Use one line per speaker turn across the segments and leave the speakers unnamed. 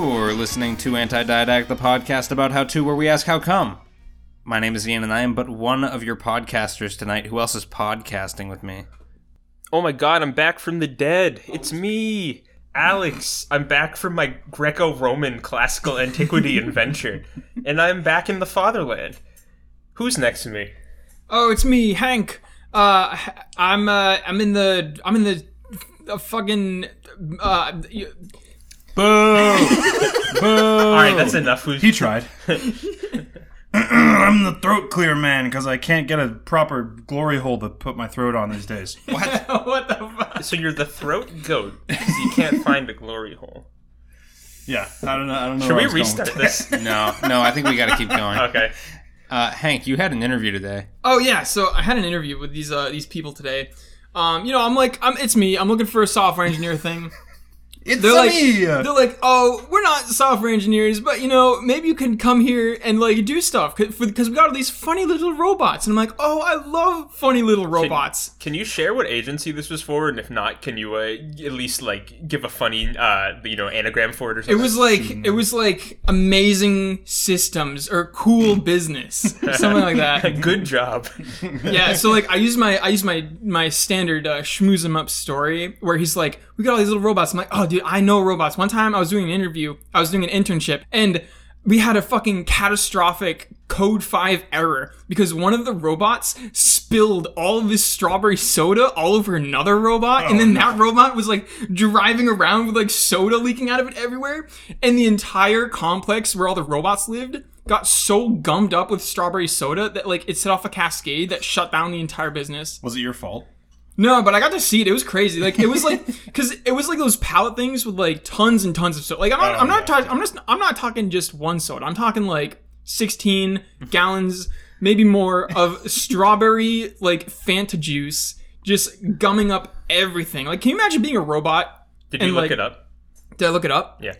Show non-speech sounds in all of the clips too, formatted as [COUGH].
listening to Anti Didact, the podcast about how to, where we ask how come. My name is Ian, and I am but one of your podcasters tonight. Who else is podcasting with me?
Oh my god, I'm back from the dead. It's me, Alex. I'm back from my Greco Roman classical
[LAUGHS]
antiquity adventure, and I'm back in the fatherland. Who's next to me?
Oh, it's me, Hank. Uh, I'm uh, I'm in the I'm in the uh, fucking uh, y-
[LAUGHS] Boo! Boo!
Alright, that's enough. Who's,
Oh, He tried. I'm the throat clear man because I can't get a proper glory hole to put my throat on these days.
[LAUGHS] what the fuck?
so you're the throat goat, so you can't find a glory hole.
Yeah, I don't know. I don't know.
Can
[LAUGHS] where I
we
was going
restart
with
this?
no, no, I think we gotta keep going.
[LAUGHS] Okay.
Uh, Hank, you had an interview today.
Oh yeah, so I had an interview with these uh these people today. Um, you know, I'm like, I'm it's me. I'm looking for a software engineer thing.
that. It's
They're like,
me.
they're like, oh, we're not software engineers, but you know, maybe you can come here and like do stuff because we got all these funny little robots. And I'm like, oh, I love funny little robots.
Can you share what agency this was for, and if not, can you uh, at least like give a funny, uh, you know, anagram for it or
It
something?
was like it was like amazing systems or cool business, something
[LAUGHS]
like that.
good job.
[LAUGHS] Yeah. So like I used my I used my my standard uh, schmooze 'em up story where he's like, we got all these little robots. I'm like, oh dude, I know robots. One time I was doing an interview, I was doing an internship, and we had a fucking catastrophic code 5 error because one of the robots spilled all of this strawberry soda all over another robot and then that robot was like driving around with like soda leaking out of it everywhere and the entire complex where all the robots lived got so gummed up with strawberry soda that like it set off a cascade that shut down the entire business
was it your fault?
no, but I got to see it. It was crazy. Like it was [LAUGHS] like because it was like those pallet things with like tons and tons of soda. Like I'm not, I'm not talking. I'm just I'm not talking just one soda. I'm talking like 16 gallons, maybe more [LAUGHS] of strawberry like Fanta juice, just gumming up everything. Like, can you imagine being a robot?
Did you
And,
look
like,
it up?
Did I look it up?
Yeah.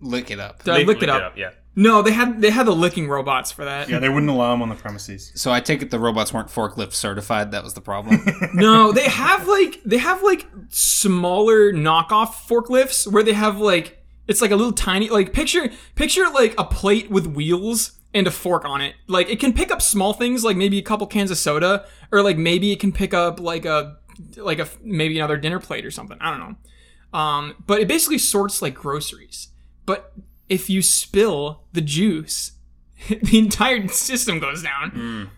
Lick it up.
Did I
They
look it up?
Yeah.
No, they had they had the licking robots for that.
Yeah, they wouldn't allow him on the premises.
So I take it the robots weren't forklift certified. That was the problem.
No, they have like they have like smaller knockoff forklifts where they have like it's like a little tiny like picture picture like a plate with wheels and a fork on it. Like it can pick up small things like maybe a couple cans of soda or like maybe it can pick up like a like a maybe another dinner plate or something. I don't know. Um, but it basically sorts like groceries. But if you spill the juice, [LAUGHS] the entire system goes down.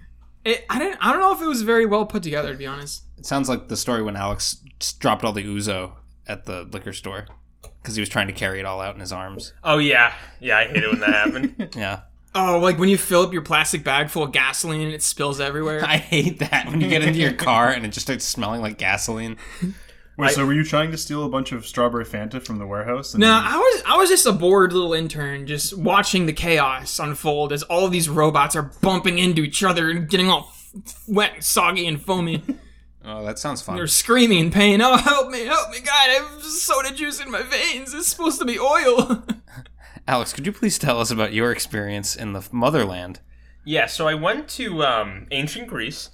It, I didn't. I don't know if it was very well put together, to be honest.
It sounds like the story when Alex just dropped all the ouzo at the liquor store because he was trying to carry it all out in his arms.
Oh yeah. Yeah, I hate it when that happened. [LAUGHS]
Yeah.
Oh, like when you fill up your plastic bag full of gasoline and it spills everywhere.
I hate that when you get into your [LAUGHS] car and it just starts smelling like gasoline.
Wait, so were you trying to steal a bunch of strawberry Fanta from the warehouse? And
no, I was I was just a bored little intern, just watching the chaos unfold as all these robots are bumping into each other and getting all f- wet, and soggy, and foamy.
Oh, that sounds fun.
They're screaming in pain. Oh, help me, help me, God! I have soda juice in my veins. It's supposed to be oil. [LAUGHS]
Alex, could you please tell us about your experience in the motherland?
yeah. So I went to um, ancient Greece,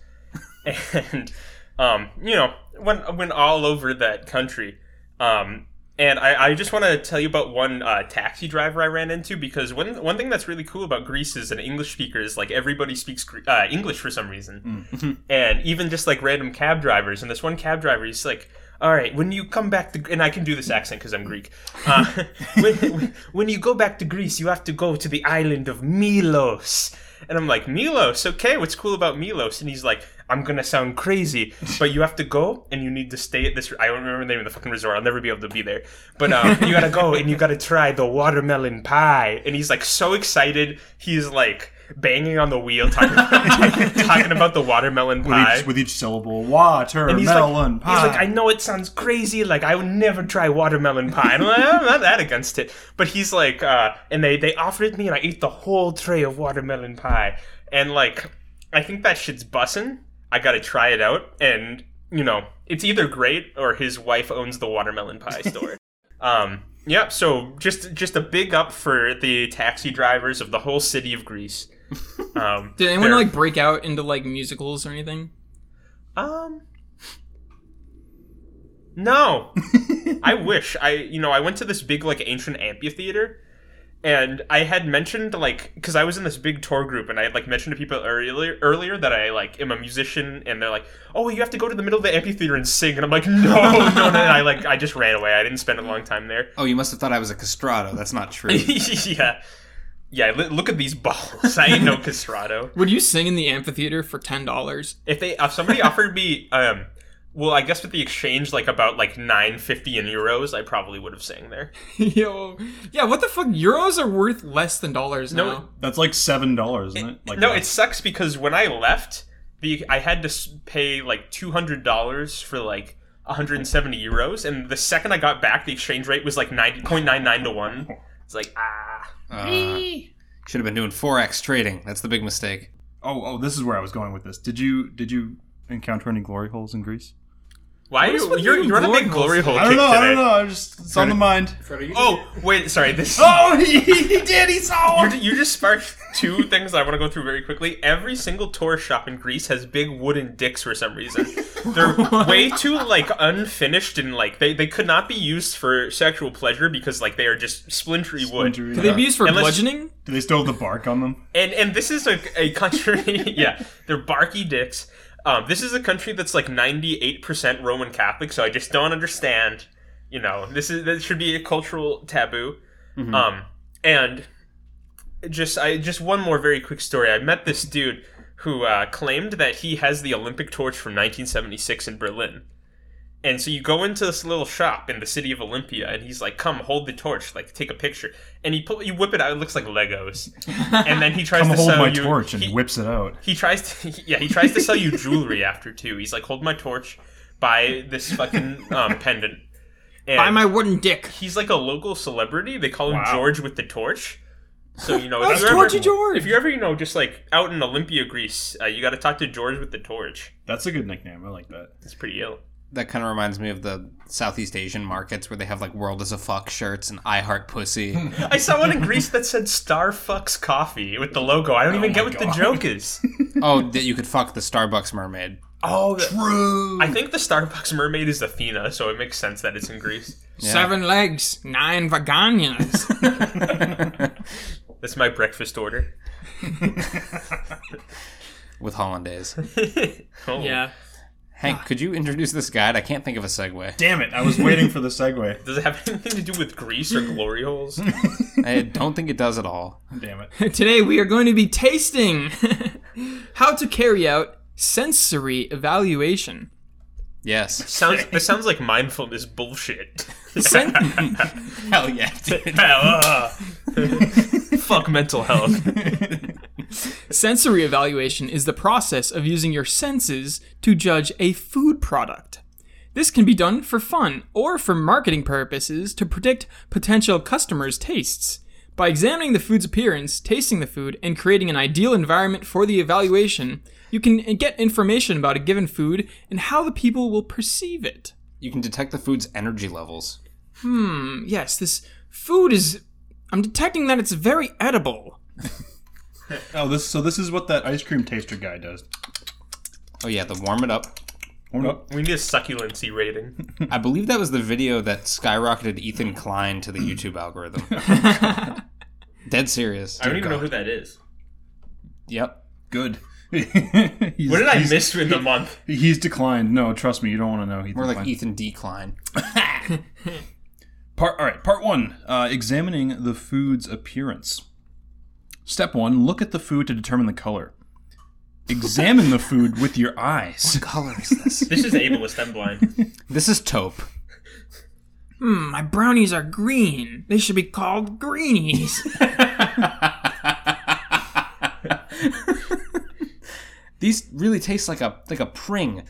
and um, you know, went went all over that country. Um, and I, I just want to tell you about one uh, taxi driver I ran into because one one thing that's really cool about Greece is an English speaker is like everybody speaks Gre- uh, English for some reason. and even just like random cab drivers. And this one cab driver, he's like, "All right, when you come back to," and I can do this accent because I'm Greek. Uh, [LAUGHS] when, when- when you go back to Greece, you have to go to the island of Milos. And I'm like, Milos, okay, what's cool about Milos? And he's like, I'm gonna sound crazy, but you have to go and you need to stay at this. I don't remember the name of the fucking resort. I'll never be able to be there. But um, you gotta go and you gotta try the watermelon pie. And he's like so excited. He's like banging on the wheel, talking, talking [LAUGHS] about the watermelon
with,
pie.
each, with each syllable, water,
And he's
melon,
like,
pie.
He's like, I know it sounds crazy. Like, I would never try watermelon pie. And I'm, like, I'm not that against it. But he's like, uh, and they, they offered it me, and I ate the whole tray of watermelon pie. And, like, I think that shit's bussin'. I gotta try it out. And, you know, it's either great or his wife owns the watermelon
[LAUGHS]
pie store. um, yeah, so just just a big up for the taxi drivers of the whole city of
[LAUGHS]
Greece. Um,
Did anyone
they're-
like break out into like musicals or anything?
Um. No. I wish I you know I went to this big like ancient amphitheater and I had mentioned like because I was in this big tour group, and I had like mentioned to people earlier earlier that I like am a musician, and they're like, "Oh, you have to go to the middle of the amphitheater and sing," and I'm like, "No, no, no!" And I like I just ran away. I didn't spend a long time there. [LAUGHS]
Oh, you must have thought I was a castrato. That's not [LAUGHS] true.
yeah, yeah. li- Look at these balls. I ain't no castrato.
Would you sing in the amphitheater for ten dollars? [LAUGHS]
If they if somebody offered me um. Well, I guess with the exchange, like about like nine fifty in euros, I probably would have sang there.
Yo, yeah. What the fuck? Euros are worth less than dollars
No,
now.
That's like seven dollars, isn't it? Like uh,
no,
that.
it sucks because when I left, the I had to s- pay like two hundred dollars for like one hundred and seventy euros, and the second I got back, the exchange rate was like 90.99 to one. It's like ah,
Uh, should have been doing forex trading. That's the big mistake.
Oh, oh, this is where I was going with this. Did you did you encounter any glory holes in Greece?
why
What is
you,
with
you're
you
you're on a big glory
glory
hole
I
kick
don't know.
today.
I don't know. I'm just it's on the mind.
Oh wait, sorry. This
Oh, he, he did. He saw
you, you just sparked two things I want to go through very quickly. Every single tour shop in Greece has big wooden dicks for some reason. They're way too like unfinished and like they, they could not be used for sexual pleasure because like they are just splintery wood.
Do
Could they be used for
Unless-
bludgeoning?
Do they still have the bark on them?
And and this is a, a country [LAUGHS] yeah, they're barky dicks. Um, this is a country that's like ninety eight percent Roman Catholic, so I just don't understand. You know, this is this should be a cultural taboo. Um, and just I just one more very quick story. I met this dude who uh, claimed that he has the Olympic torch from 1976 in Berlin. And so you go into this little shop in the city of Olympia, and he's like, "Come, hold the torch, like take a picture." And he pull, you whip it out; it looks like Legos. And then he tries
Come
to
hold
sell
my
you.
torch and
he,
whips it out.
he tries to [LAUGHS] yeah he tries to sell you jewelry
[LAUGHS]
after too. He's like, "Hold my torch, buy this fucking um, pendant." And
By my wooden dick.
he's like a local celebrity. They call him
Wow.
George with the torch. So you know,
That's
if you're
Georgie
ever,
George.
If you're ever you know just like out in Olympia, Greece, uh, you got to talk to George with the torch.
That's a good nickname. I like that.
It's pretty ill.
That kind of reminds me of the Southeast Asian markets where they have like "World is a fuck" shirts and "I heart [LAUGHS] pussy."
I saw one in Greece that said Star Fucks Coffee with the logo. I don't even
Oh
get what the joke is.
oh, that you could fuck the Starbucks mermaid.
Oh, the-
True.
I think the Starbucks mermaid is Athena, so it makes sense that it's in Greece.
Seven legs, nine vaginas.
That's my breakfast order.
[LAUGHS]
[LAUGHS]
with hollandaise.
Oh.
[LAUGHS] yeah.
Hank, could you introduce this guide? I can't think of a [LAUGHS] segue.
Damn it! I was waiting for the segue.
Does it have [LAUGHS] anything to do with Greece [LAUGHS] or glory holes?
I don't think it does at all.
Damn it.
[LAUGHS]
[LAUGHS]
Today we are going to be tasting [LAUGHS] how to carry out sensory [LAUGHS] evaluation.
Yes.
sounds this sounds like mindfulness [LAUGHS] bullshit.
Sen-
Hell [LAUGHS] yeah, dude.
Ah, ah. Fuck mental health.
sensory evaluation is the process of using your senses to judge a food product. This can be done for fun or for marketing purposes to predict potential customers' tastes. By examining the food's appearance, tasting the food, and creating an ideal environment for the evaluation, you can get information about a given food and how the people will perceive it.
You can detect the food's energy levels.
Yes, this food is. I'm detecting that it's very edible.
Oh, this. So this is what that ice cream taster guy does.
Oh yeah, the warm it up.
Hold up.
We need a succulency rating.
I believe that was the video that skyrocketed Ethan Klein [LAUGHS] to the YouTube algorithm. [LAUGHS] Dead serious.
I don't even know who that is.
Yep.
Good. [LAUGHS] He's-
What did I
he's-
miss in the month?
He's declined. No, trust me, you don't want to know. He
More like
declined.
Ethan D. Klein.
Part all right. Part one: uh, examining the food's appearance. Step one: look at the food to determine the color. Examine the food with
[LAUGHS]
your eyes.
color is this?
This is ableist. I'm blind.
this is [LAUGHS] taupe.
Hmm, my brownies are green. They should be called greenies.
These really taste like a like a pring.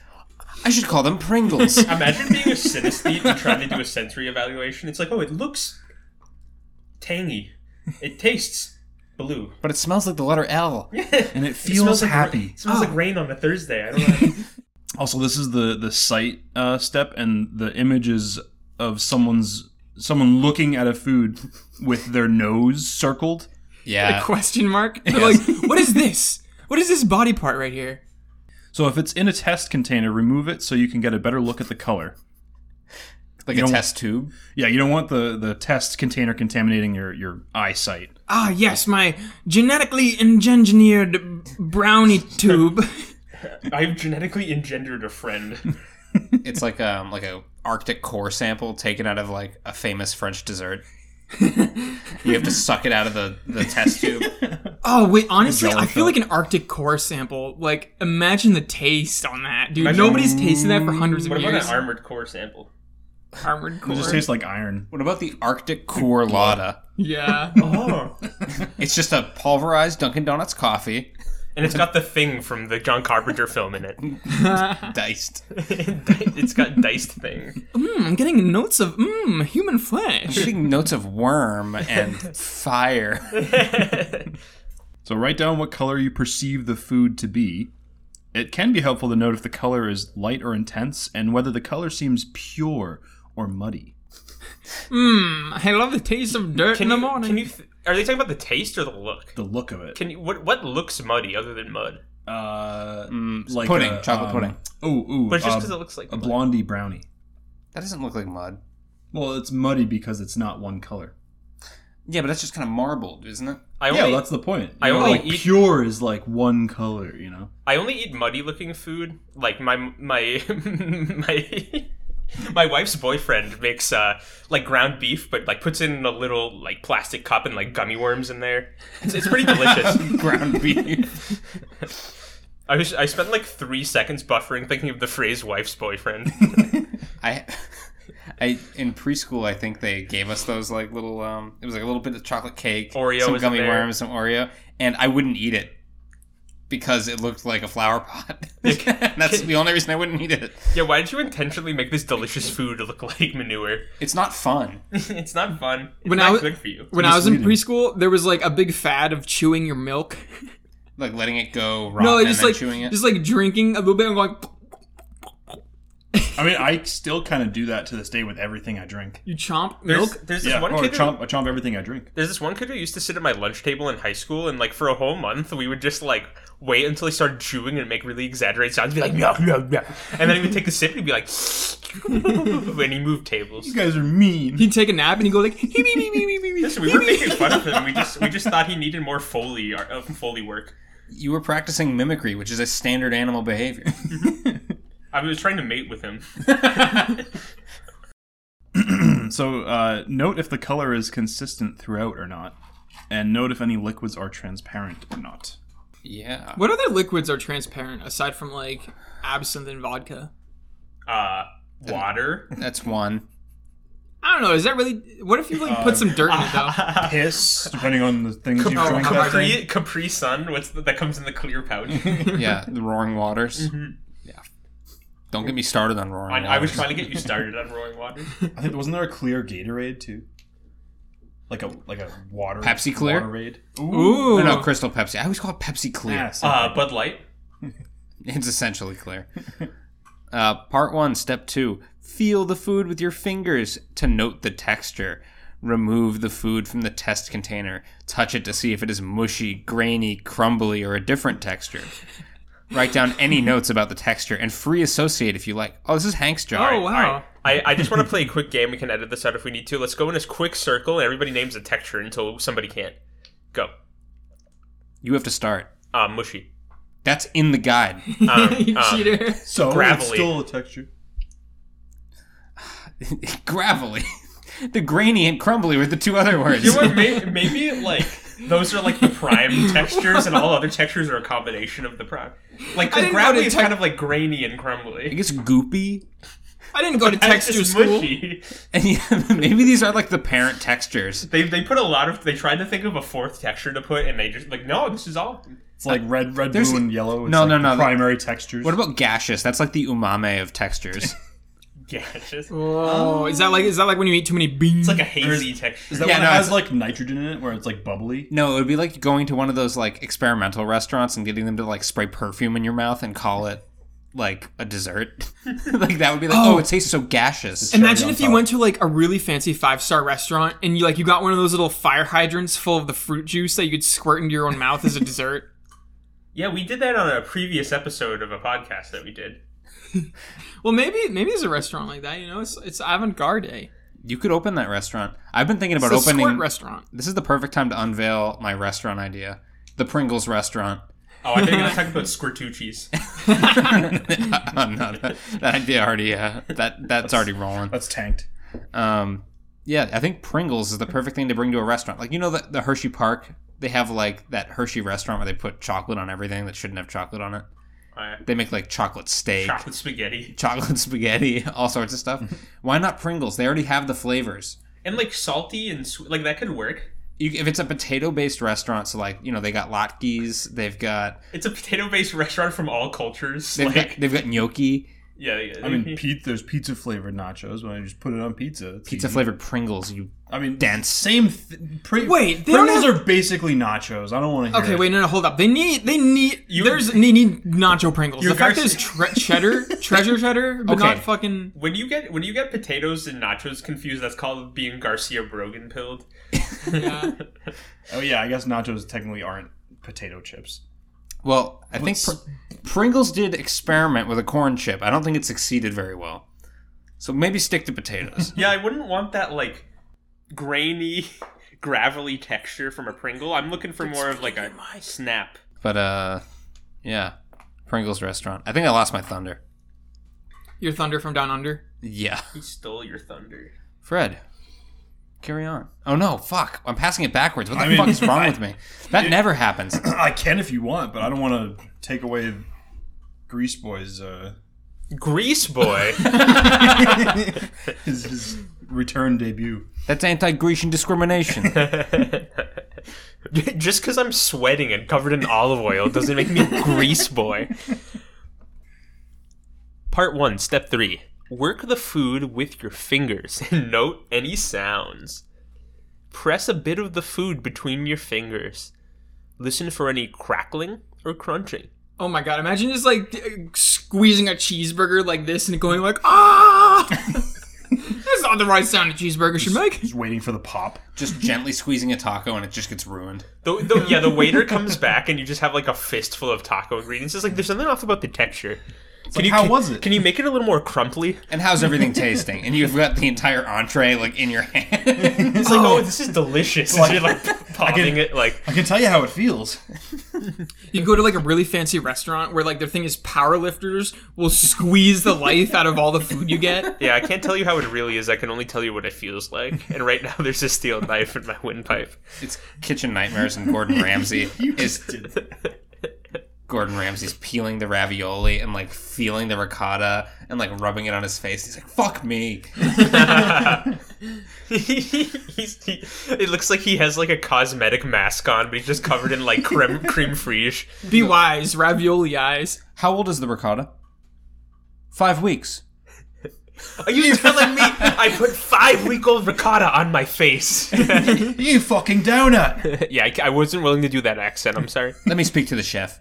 I should call them
[LAUGHS]
Pringles.
Imagine being a synesthete and trying to do a sensory evaluation. It's like, oh, it looks tangy. It tastes blue.
but it smells like the letter L.
And it feels
like ra-
happy.
it smells like rain on a Thursday. I don't know.
Also, this is the the sight uh, step, and the images of someone's someone looking at a food with their nose circled.
Yeah.
[LAUGHS]
Question mark? They're like, what is this? What is this body part right here?
So if it's in a test container, remove it so you can get a better look at the color.
Like
You
a
don't-
test tube.
Yeah, you don't want the the test container contaminating your your eyesight.
Ah, yes, my genetically engineered
[LAUGHS]
brownie tube.
I've genetically engendered a friend.
It's like um like a Arctic core sample taken out of like a famous French dessert. you have to suck it out of the, the test tube.
Oh wait, honestly, I feel
Jellicoe.
like an Arctic core sample. Like, imagine the taste on that, dude. Nobody's tasted that for hundreds of
What about
years.
an armored core sample?
Armored core.
It just tastes like iron.
What about the Arctic core Lada?
yeah.
[LAUGHS] Oh.
It's just a pulverized Dunkin' Donuts coffee
and it's got the thing from the John [LAUGHS] Carpenter film in it.
diced.
it's got diced [LAUGHS] thing.
Mm, I'm getting notes of mmm
[LAUGHS]
human flesh.
Getting notes of worm and fire.
So write down what color you perceive the food to be. It can be helpful to note if the color is light or intense, and whether the color seems pure or muddy.
Mm, I love the taste of dirt
Can
in the
you,
morning.
Can you th- are they talking about the taste or the look?
The look of it,
Can you what what looks muddy other than mud?
uh, like
pudding, chocolate pudding.
Oh, ooh,
But just
uh,
because it looks like
a blondie brownie.
That doesn't look like mud.
Well, it's muddy because it's not one color.
Yeah, but that's just kind of marbled, isn't it?
I
yeah,
only
that's the point.
I
You know,
only
like,
eat-
pure is like one color, you know.
I only eat muddy looking food. Like my my [LAUGHS] my my wife's boyfriend makes uh like ground beef, but like puts it in a little like plastic cup and like gummy worms in there. It's, it's pretty
[LAUGHS]
delicious.
[LAUGHS] Ground beef.
I was I spent like three seconds buffering thinking of the phrase "wife's boyfriend."
I, [LAUGHS] I in preschool, I think they gave us those like little. Um, it was like a little bit of chocolate cake,
Oreo
some
was
gummy
in there.
worms, some Oreo, and I wouldn't eat it because it looked like a flower
[LAUGHS]
pot. [LAUGHS] that's the only reason I wouldn't eat it.
yeah, why did you intentionally make this delicious food look like manure?
It's not fun.
[LAUGHS] it's not fun. It's
When I
not
was-
good for you.
when I was in
misleading.
preschool, there was like a big fad of chewing your milk.
Like letting it go, rotten,
No,
and
just
then
like
chewing it.
just like drinking a little bit and going.
I mean, I still kind of do that to this day with everything I drink.
You chomp
There's,
milk.
there's this
Yeah,
one
or
kid. who-
chomp, I chomp everything I drink.
there's this one kid who used to sit at my lunch table in high school, and like for a whole month, we would just like wait until he started chewing and make really exaggerated sounds, be like yeah, yeah, yeah, and then he would take a sip and he'd be like, [LAUGHS] when he moved tables.
You guys are mean.
He'd take a nap and he'd go like. [LAUGHS] "Hee, wee, wee, wee, wee, wee, wee."
Listen, we were making fun of him. We just we just thought he needed more foley art- uh, foley work.
you were practicing mimicry, which is a standard animal
[LAUGHS]
behavior.
I was trying to mate with him.
So uh, note if the color is consistent throughout or not, and note if any liquids are transparent or not.
yeah.
What other liquids are transparent aside from like absinthe and vodka?
Uh, water.
That's one.
I don't know. Is that really? What if you like put some dirt in
[LAUGHS]
it though?
Piss, depending on the things you
on,
drink.
come
that
on.
day.
Capri, Capri Sun, what's the, that comes in the clear
[LAUGHS]
pouch?
Yeah, the roaring waters. Yeah. Don't get me started on roaring
I,
waters.
Mm-hmm. I was trying to get you started on Roaring Waters.
I think wasn't there a clear Gatorade too? Like a like a water
Pepsi Clear?
Waterade.
Ooh.
No, no,
[LAUGHS]
Crystal Pepsi. I always call it Pepsi Clear.
Yeah, something
Uh, Bud Light.
It's essentially clear. [LAUGHS] Uh, part one, step two feel the food with your fingers to note the texture. Remove the food from the test container. Touch it to see if it is mushy, grainy, crumbly, or a different texture. Write down any notes about the texture and free associate if you like. Oh, this is Hank's job.
oh wow.
All right. I, I just want to play a quick game. We can edit this out if we need to. Let's go in this quick circle. and Everybody names a texture until somebody can't. Go.
You have to start.
Uh,
[LAUGHS]
mushy. Um,
That's in the guide.
you
Uh.
cheater.
so
gravelly.
it's still a texture.
Gravelly. [LAUGHS] The grainy and crumbly were the two other words.
You know what? Maybe, maybe like those are like the
[LAUGHS]
prime textures, and all other textures are a combination of the prime. Like
I didn't go
gravelly
to
is
tec-
kind of like grainy and crumbly.
It gets goopy. [LAUGHS]
I didn't go to
That's
texture
just
school.
mushy.
And yeah, [LAUGHS] maybe these are like the parent textures.
They, they put a lot of. They tried to think of a fourth texture to put, and they just like no, this is all.
It's like red, red,
There's-
blue, and yellow. It's
No,
like
no,
the
no.
Primary textures.
What about gaseous? That's like the umame of
[LAUGHS]
textures.
Yeah, it's just
Whoa. Is that like is that like when you eat too many
it's
beans?
like a hazy texture.
is that
Yeah,
one
no,
that has
it's-
like nitrogen in it, where it's like bubbly?
no, it would be like going to one of those like experimental restaurants and getting them to like spray perfume in your mouth and call it like a dessert. [LAUGHS] like that would be like, oh, it tastes so gaseous.
Imagine
on
if you
top.
went to like a really fancy five star restaurant and you like you got one of those little fire hydrants full of the fruit juice that you could squirt into your own mouth as a dessert.
Yeah, we did that on a previous episode of a podcast that we did.
Well, maybe maybe there's a restaurant like that. You know, it's it's avant garde.
You could open that restaurant. I've been thinking
It's
about
a
opening.
squirt restaurant.
this is the perfect time to unveil my restaurant idea, the Pringles
[LAUGHS]
restaurant. [LAUGHS]
Oh, I think I was talking about squirtucci's.
[LAUGHS]
Oh, no, that, that idea already uh, that that's already rolling.
That's tanked.
Um, yeah, I think Pringles is the perfect thing to bring to a restaurant. Like you know the, the Hershey Park, they have like that Hershey restaurant where they put chocolate on everything that shouldn't have chocolate on it.
Uh,
They make like chocolate steak,
chocolate spaghetti
[LAUGHS] chocolate spaghetti, [LAUGHS] all sorts of stuff. Why not Pringles? They already have the flavors.
and like salty and sweet. Like that could work.
You, if it's a potato-based restaurant, so like you know they got latkes, they've got
It's a potato-based restaurant from all cultures.
they've
like
got they've got gnocchi,
yeah, yeah.
I
Mm-hmm.
mean, pe- there's pizza flavored nachos. When I just put it on pizza, it's
pizza
easy.
flavored Pringles. You
I mean,
dense.
Same. Th- pri-
Wait, they don't
Pringles
have-
are basically nachos. I don't want to.
Okay, wait, no, no, hold up. They need, they need,
You-
there's, they need nacho Pringles. The
Your
fact
Garci-
is, tre- cheddar, treasure cheddar, but
Okay.
not fucking.
when you get when you get potatoes and nachos confused, that's called being Garcia Brogan pilled.
Yeah.
Oh yeah, I guess nachos technically aren't potato chips. [CLEARS THROAT]
Well, I think Pr- Pringles did experiment with a corn chip. I don't think it succeeded very well. So maybe stick to potatoes.
Yeah, I wouldn't want that like grainy, [LAUGHS] gravelly texture from a Pringle. I'm looking for more of like a snap.
but uh yeah, Pringles restaurant. I think I lost my thunder.
Your thunder from down under.
Yeah. [LAUGHS]
He stole your thunder.
Fred. Carry on. Oh no, fuck. I'm passing it backwards. What the
I mean,
fuck is wrong
[LAUGHS] I-
with me? That never
[LAUGHS]
happens.
I can if you want, but I don't want to take away Grease Boy's uh, [LAUGHS]
Grease boy. [LAUGHS]
his, his return debut.
That's anti-Grecian discrimination.
[LAUGHS]
[LAUGHS] Just because I'm sweating and covered in olive oil doesn't make
[LAUGHS]
me grease boy. Part one, step three: work the food with your fingers and [LAUGHS] note any sounds. Press a bit of the food between your fingers. Listen for any crackling or crunching.
Oh my god, imagine just like d- squeezing a cheeseburger like this and going like, ah! That's not the right sound a cheeseburger should make.
Just waiting for the pop.
just gently squeezing a taco and it just gets ruined.
The, the, yeah, the
[LAUGHS]
waiter comes back and you just have like a fistful of taco ingredients. It's like there's something off about the texture. Can
like,
you
how
can-
was it?
Can you make it a little more crumply?
And how's everything tasting? And you've got the entire entree like in your [LAUGHS]
[LAUGHS]
hand.
It's like, oh, this is delicious. and [LAUGHS] you're like popping
can-
it like
I can tell you how it feels. [LAUGHS]
You go to like a really fancy restaurant where like their thing is power lifters will squeeze the life out of all the food you get.
yeah. I can't tell you how it really is. I can only tell you what it feels like. And right now, there's a steel knife in my [LAUGHS] windpipe.
It's Kitchen Nightmares and
[LAUGHS]
Gordon Ramsay is
did
Gordon Ramsay's peeling the ravioli and like feeling the ricotta and like rubbing it on his face. He's like, "Fuck me."
He's, he, it looks like he has like a cosmetic mask on, but he's just covered in like [LAUGHS] creme creme fraiche.
Be wise, ravioli eyes.
How old is the ricotta? Five weeks.
Are you telling me I put five week old ricotta on my face? [LAUGHS]
You fucking donut.
yeah, I, I wasn't willing to do that accent. I'm sorry.
Let me speak to the chef.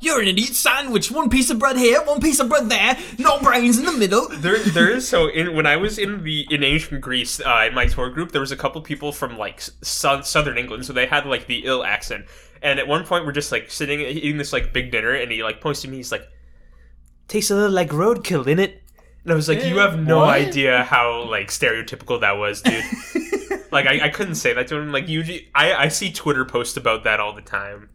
You're an idiot sandwich. One piece of bread here, one piece of bread there, no brains in the middle.
There, there is so in when I was in the in ancient Greece uh, in my tour group, there was a couple people from like s- sou- southern England, so they had like the ill accent. And at one point, we're just like sitting eating this like big dinner, and he like points to me. He's like, "Tastes a little like roadkill in it." And I was like, "You have no
what?"
idea how like stereotypical that was,
[LAUGHS]
dude." like I, I couldn't say that to him. Like you, I, I see Twitter posts about that all the time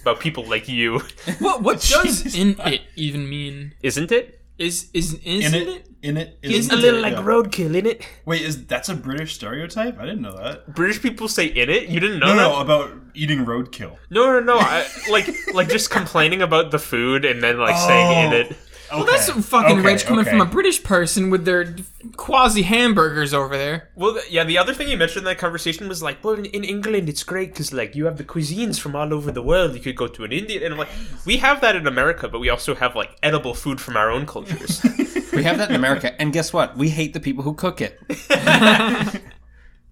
about people like you, [LAUGHS]
What what does in it even mean?
isn't it?
Is is
In
isn't
it,
it?
in it,
It's
in
a
it,
little
yeah.
roadkill in it.
Wait, is that's a British stereotype? I didn't know that.
British people say in it. You didn't know
No,
that?
Uh-huh.
no, about eating roadkill.
No, no, no. I, like, like just complaining about the food and then like saying in it.
Well,
That's fucking rich coming from a British person with their quasi hamburgers over there.
Well, th- yeah. The other thing you mentioned in that conversation was like, well, in, in England it's great because like you have the cuisines from all over the world. You could go to an Indian, and I'm like, we have that in America, but we also have like edible food from our own [LAUGHS] cultures.
We have that in America, and guess what? We hate the people who cook it.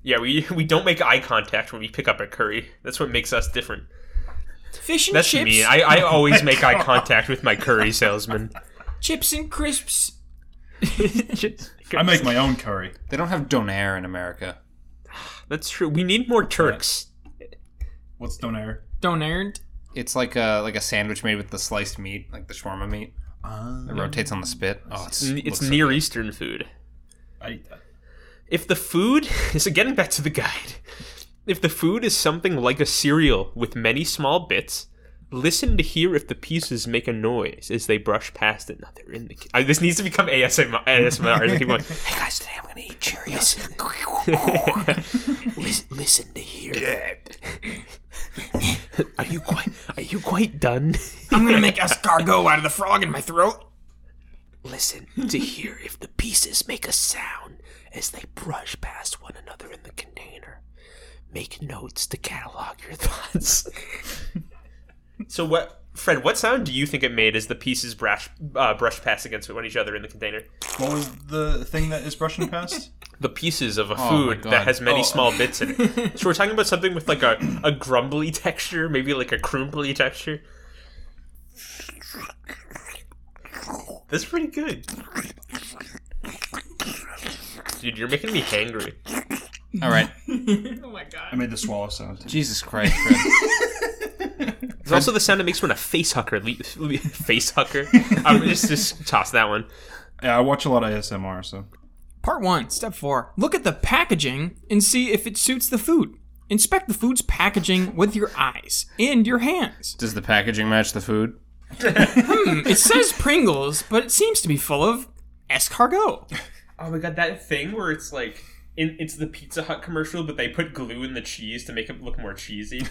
yeah, we we don't make eye contact when we pick up a curry. That's what makes us different. Oh
Fish and
That's
chips,
me. I, [LAUGHS] I always make eye contact with my curry [LAUGHS] salesman.
chips
[LAUGHS]
and crisps.
I make my own curry.
They don't have donair in America.
That's true. We need more Turks.
What's donair?
Don't errant.
It's like a like a sandwich made with the sliced meat, like the shawarma meat. It
Uh,
rotates on the spit. Oh, it's,
It's
looks so-
Near Eastern food.
I eat that.
If the food [LAUGHS] is again back to the guide, if the food is something like a cereal with many small bits, listen to hear if the pieces make a noise as they brush past it. Now they're in the. Uh, this needs to become ASMR. ASMR. and they keep going, hey guys, today I'm gonna eat Cheerios. listen, listen to hear. [LAUGHS] are you quite? Are you quite done? [LAUGHS]
I'm gonna make escargot out of the frog in my throat.
Listen to [LAUGHS] hear if the pieces make a sound as they brush past one another in the container. Make notes to catalog your [LAUGHS] thoughts. so what, Fred? What sound do you think it made as the pieces brush uh, brush past against one each other in the container?
What was the thing that is brushing
[LAUGHS]
past?
The pieces of a
my
food
God.
that has many
Oh.
small bits in it. [LAUGHS] So we're talking about something with like a, a grumbly texture, maybe like a crumbly texture. That's pretty good. Dude, you're making me hangry.
All right.
Oh my god.
I made the swallow sound.
Jesus Christ, Fred.
There's also the sound it makes when a face hucker le- le- face [LAUGHS] hucker. I would just just toss that one.
Yeah, I watch a lot of
[LAUGHS]
ASMR, so
Part one, step four. Look at the packaging and see if it suits the food. Inspect the food's packaging with your eyes and your [LAUGHS] hands.
Does the packaging match the food?
Hmm, It says Pringles, but it seems to be full of escargot.
Oh my god, that thing where it's like in, it's the Pizza Hut commercial, but they put glue in the cheese to make it look more cheesy.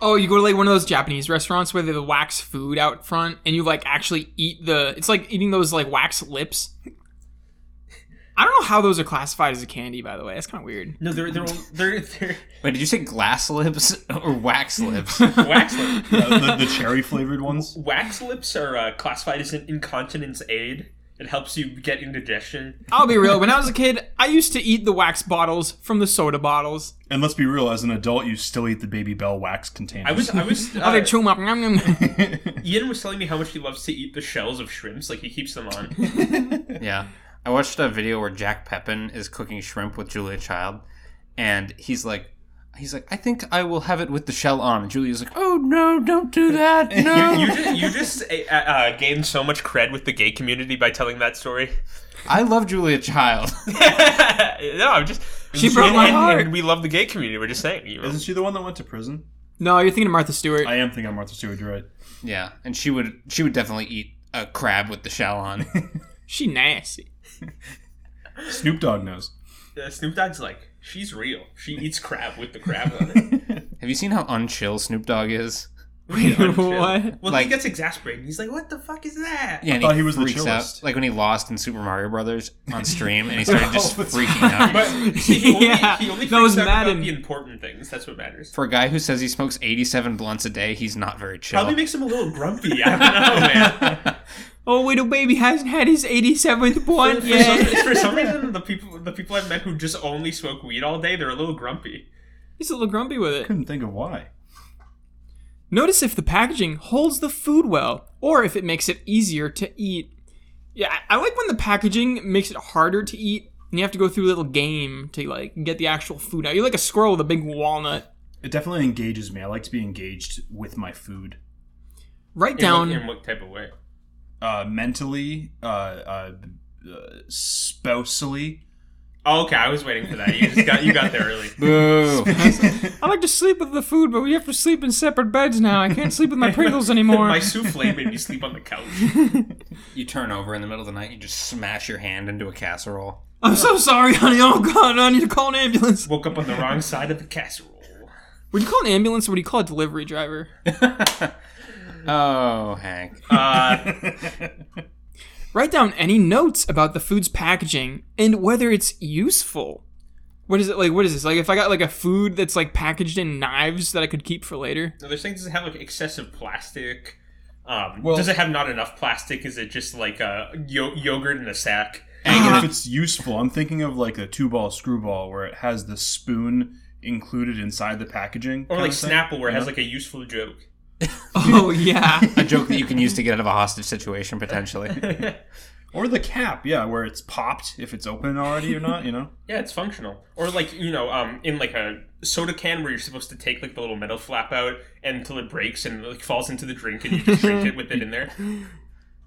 Oh, you go to like one of those Japanese restaurants where they wax food out front and you like actually eat the. It's like eating those like wax lips. I don't know how those are classified as a candy, by the way. That's kind of weird.
No, they're they're they're, [LAUGHS] they're
Wait, did you say glass lips [LAUGHS] or wax lips?
wax lips.
the, the cherry flavored ones.
Wax lips are uh, classified as an incontinence aid. It helps you get indigestion.
I'll be real. When I was a kid, I used to eat the wax bottles from the soda bottles.
And let's be real, as an adult, you still eat the Baby Bell wax containers.
I was I
[LAUGHS]
was
I
uh,
would chew 'em up. Nom, nom, nom. [LAUGHS]
Ian was telling me how much he loves to eat the shells of shrimps. Like he keeps them on.
yeah. I watched a video where Jack Peppin is cooking shrimp with Julia Child, and he's like, he's like, I think I will have it with the shell on. And Julia's like, Oh no, don't do that, no.
You just, you just uh, uh, gained so much cred with the gay community by telling that story. [LAUGHS]
I love Julia Child. [LAUGHS]
no, I'm just.
She broke my
and-
heart.
and we love the gay community. We're just saying. You know.
Isn't she the one that went to prison?
no, you're thinking of Martha Stewart.
I am thinking I'm Martha Stewart. You're right.
yeah, and she would she would definitely eat a crab with the shell on.
She [LAUGHS] nasty.
Snoop Dogg knows.
Uh, Snoop Dogg's like, she's real. [LAUGHS] She eats crab with the crab on it.
Have you seen how unchill Snoop Dogg is?
[LAUGHS]
[LAUGHS]
Wait, what?
Well,
Like-
he gets exasperated. He's like, what the fuck is that?
Yeah, and
thought he was the
freaks out.
chillest.
Like when he lost in Super Mario Brothers on stream, and he started just
Oh, that's-
freaking out.
[LAUGHS]
But see, he only,
Yeah,
he only
that was
freaks out about
Madden.
the important things. That's what matters.
For a guy who says he smokes 87 blunts a day, he's not very chill.
Probably makes him a little grumpy. I don't [LAUGHS] know, man.
Oh, wait, the baby hasn't had his
[LAUGHS]
87th
For,
one
for
yet.
some, for some reason, the people the people I've met who just only smoke weed all day, they're a little grumpy.
[LAUGHS] He's a little grumpy with it.
Couldn't think of why.
Notice if the packaging holds the food well, or if it makes it easier to eat. Yeah, I- I like when the packaging makes it harder to eat, and you have to go through a little game to like get the actual food out. You're like a squirrel with a big walnut.
It definitely engages me. I like to be engaged with my food.
Write
In what, in
down.
what type of way?
Uh, mentally, uh, uh, uh, spousally.
Oh, okay. I was waiting for that. You just got you got there early.
Boo.
I like to sleep with the food, but we have to sleep in separate beds now. I can't sleep
[LAUGHS]
with my Pringles anymore.
My souffle made me sleep on the
[LAUGHS]
couch.
you turn over in the middle of the night, you just smash your hand into a casserole.
I'm so sorry, honey. Oh god, I need to call an ambulance.
Woke up on the wrong side of the
[LAUGHS]
casserole.
Would you call an ambulance or would you call a delivery [LAUGHS] driver?
Oh, [LAUGHS] Hank.
Uh,
Write down any notes about the food's packaging and whether it's useful. What is it like? What is this like? If I got like a food that's like packaged in knives that I could keep for later.
no, there's things that have like excessive plastic. Um,
Well-
does it have not enough plastic? Is it just like a yo- yogurt in a sack?
And if it's useful, I'm thinking of like a two ball screwball where it has the spoon included inside the packaging.
Or
kinda
like
thing.
Snapple, where it
Uh-huh.
has like a useful joke.
[LAUGHS] [LAUGHS] Oh yeah.
A joke that you can use to get out of a hostage situation, potentially.
Or the cap, yeah, where it's popped if it's open already or not, you know?
Yeah, it's functional. Or like you know, um, in like a soda can where you're supposed to take like the little
[LAUGHS]
metal flap out until it breaks and like falls into the drink, and you just drink it with it in there.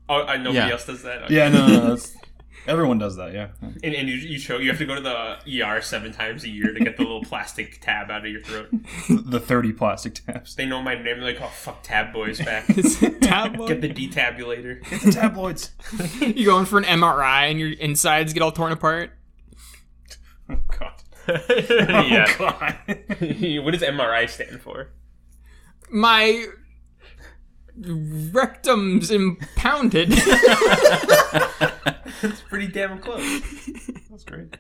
Oh, I nobody
Yeah.
else does that. Okay.
Yeah, no, no, no that's, [LAUGHS] everyone does that. Yeah.
And, and you, you show you have to go to the ER seven times a year to get the
[LAUGHS]
little plastic tab out of your throat.
the 30 plastic tabs.
They know my name. They're like, oh fuck, tab boys
[LAUGHS]
back.
It's [LAUGHS] a
Get
tabloid.
the detabulator.
Get the tabloids.
you go in for an MRI and your insides get all torn apart.
[LAUGHS] Oh, God.
[LAUGHS] yeah.
Oh, God.
[LAUGHS] what does MRI stand for?
My rectum's impounded. [LAUGHS]
It's pretty damn close.
That's great.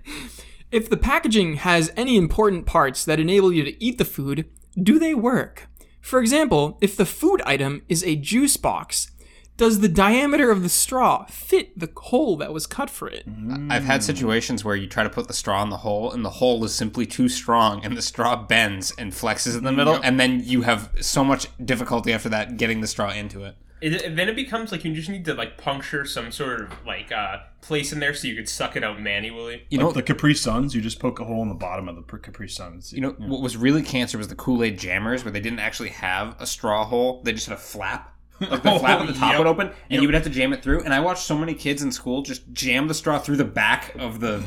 if the packaging has any important parts that enable you to eat the food, do they work? For example, if the food item is a juice box, does the diameter of the straw fit the hole that was cut for it?
I've had situations where you try to put the straw in the hole, and the hole is simply too strong, and the straw bends and flexes in the middle, and then you have so much difficulty after that getting the straw into it.
It, and then it becomes like you just need to like puncture some sort of like uh, place in there so you could suck it out manually.
You know,
Like the Capri Suns, you just poke a hole in the bottom of the pr- Capri Suns.
you know what was really cancer was the Kool Aid jammers, where they didn't actually have a straw hole; they just had a flap. Like the
Oh,
flap at the top
yep.
would open, and you would have to jam it through. And I watched so many kids in school just jam the straw through the back of the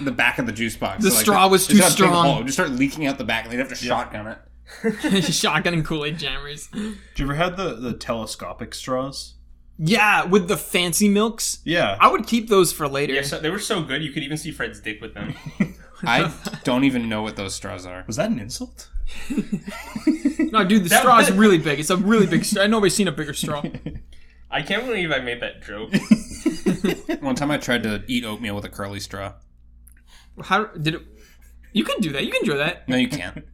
the back of the juice box.
The
like,
straw
just
was too
have a big
strong.
hole. It would Just start leaking out the back, and they'd have to shotgun it.
[LAUGHS] Shotgun and Kool Aid jammers.
Did you ever had the, the telescopic straws?
Yeah, with the fancy milks.
Yeah.
I would keep those for later.
Yeah, so they were so good you could even see Fred's dick with them.
I don't even know what those straws are.
Was that an insult?
No, dude,
[LAUGHS]
the straw is really big. It's a really big straw. I've never seen a bigger straw.
I can't believe I made that joke.
One time I tried to eat oatmeal with a curly straw.
How did it? You can do that. You can do that.
No, you can't.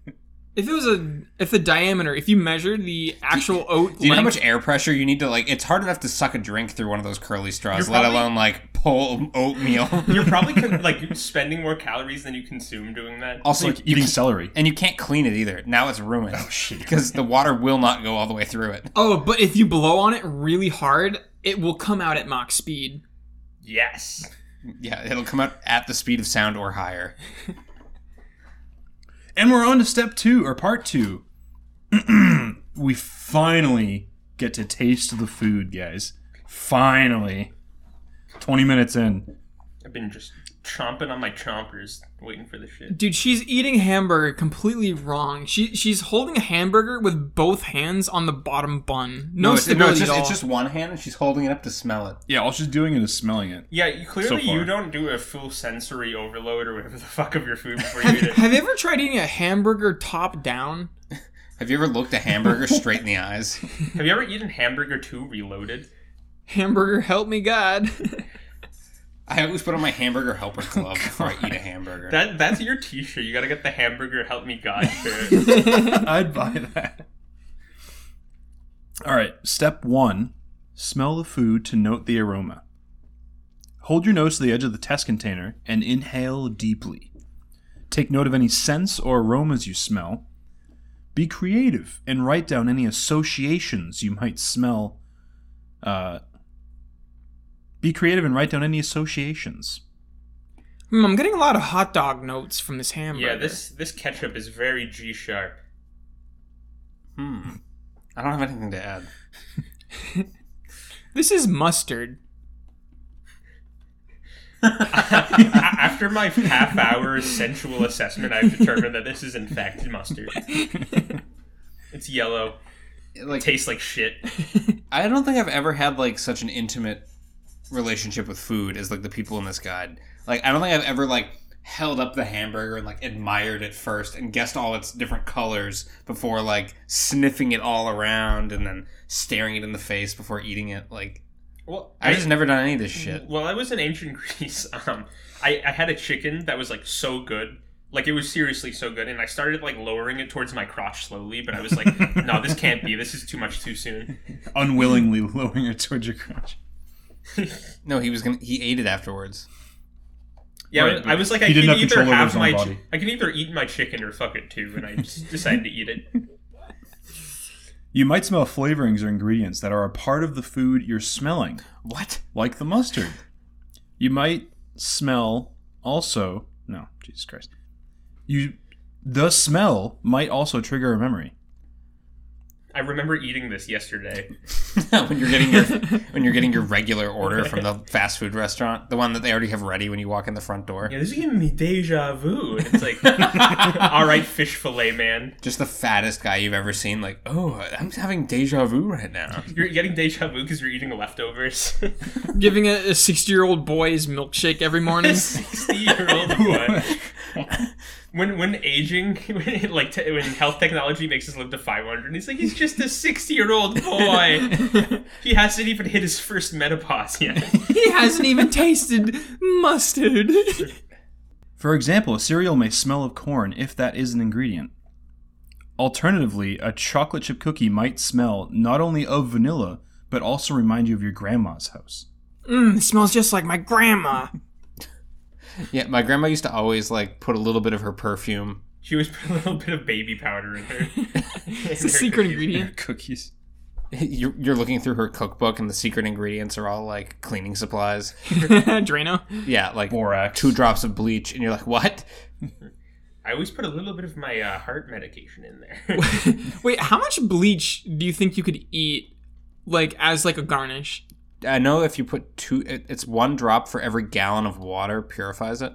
If it was a, if the diameter, if you measured the actual
[LAUGHS]
oat
Do you know how
length-
much air pressure you need to like? It's hard enough to suck a drink through one of those curly straws, let
probably-
alone like pull oatmeal.
You're probably con- [LAUGHS] like spending more calories than you consume doing that.
also,
Like
you
eating
can't-
celery.
and you can't clean it either. Now it's ruined. Oh shit! [LAUGHS] Because the water will not go all the way through it.
Oh, but if you blow on it really hard, it will come out at mock speed.
Yes.
Yeah, it'll come out at the speed of sound or higher.
And we're on to step two or part two. [CLEARS THROAT] we finally get to taste the food, guys. Finally. 20 minutes in.
I've been just chomping on my chompers, waiting for this shit.
Dude, she's eating hamburger completely wrong. She she's holding a hamburger with both hands on the bottom bun. No,
it's,
stability
it's just
at all.
it's just one hand, and she's holding it up to smell it.
Yeah, all she's doing is smelling it.
Yeah, you, clearly
far.
you don't do a full sensory overload or whatever the fuck of your food before you eat
[LAUGHS]
it.
Have you ever tried eating a hamburger top down?
Have you ever looked a
[LAUGHS]
hamburger straight in the eyes?
Have you ever eaten Hamburger 2 Reloaded?
Hamburger, help me, God. [LAUGHS]
I always put on my hamburger helper
Oh,
glove before I eat a hamburger.
That That's your t shirt. You gotta get the Hamburger Help Me God shirt.
[LAUGHS] I'd buy that. All right, step one smell the food to note the aroma. Hold your nose to the edge of the test container and inhale deeply. Take note of any scents or aromas you smell. Be creative and write down any associations you might smell. Uh, be creative and write down any associations.
Hmm, I'm getting a lot of hot dog notes from this hamburger.
yeah, this, this ketchup is very G [LAUGHS]
[LAUGHS]
sharp.
Hmm. I don't have anything to add.
this is mustard.
After my half hour sensual assessment, I've determined that this is in fact
[LAUGHS]
mustard. It's yellow,
Like
tastes like shit.
I don't think I've ever had like such an intimate relationship with food as like the people in this guide. Like I don't think I've ever like held up the hamburger and like admired it first and guessed all its different colors before like sniffing it all around and then staring it in the face before eating it. Like
Well,
I just never done any of this shit.
Well, I was in ancient [LAUGHS] Greece. Um, I, I had a chicken that was like so good, like it was seriously so good, and I started like lowering it towards my crotch slowly, but I was like,
[LAUGHS]
no, this can't be. This is too much too soon.
Unwillingly [LAUGHS] lowering it towards your crotch.
No, he was gonna he ate it afterwards.
Yeah,
Right,
I was like, I
he
can
didn't have
either
control over
have
his own
my,
body.
chi- I can either eat my chicken or fuck it too, and I just decided to eat it.
You might smell flavorings or ingredients that are a part of the food you're smelling,
What? [LAUGHS]
like the mustard. You might smell also, no, Jesus Christ. You the smell might also trigger a memory.
I remember eating this yesterday.
when you're getting your when you're getting your regular order from the fast food restaurant, the one that they already have ready when you walk in the front door.
Yeah, this is giving me deja vu. And it's like, [LAUGHS] all right, fish fillet, man.
Just the fattest guy you've ever seen. Like, oh, I'm having deja vu right
[LAUGHS]
now.
You're getting deja vu because you're eating leftovers. [LAUGHS]
Giving a, a 60 year old boy his
[LAUGHS]
milkshake every morning.
Sixty-year-old boy. When when aging, [LAUGHS] when it, like te- when health technology makes us live to five hundred, he's like he's just a sixty-year-old [LAUGHS] boy. he hasn't even hit his first menopause yet.
he hasn't even tasted mustard. [LAUGHS]
For example, a cereal may smell of corn if that is an ingredient. Alternatively, a chocolate chip cookie might smell not only of vanilla, but also remind you of your grandma's house.
Mm, it smells just like my grandma.
Yeah, my grandma used to always like put a little bit of her perfume. [LAUGHS]
She always put a little bit of baby powder in her.
It's a secret ingredient.
Cookies.
You're, you're looking through her cookbook, and the secret ingredients are all like cleaning supplies.
[LAUGHS] Drano.
Yeah, like
Borax.
two drops of bleach, and you're like, what?
I always put a little bit of my uh, heart medication in there. [LAUGHS]
Wait, how much bleach do you think you could eat, like as like a garnish?
I know if you put two, it, it's one drop for every gallon of water purifies it.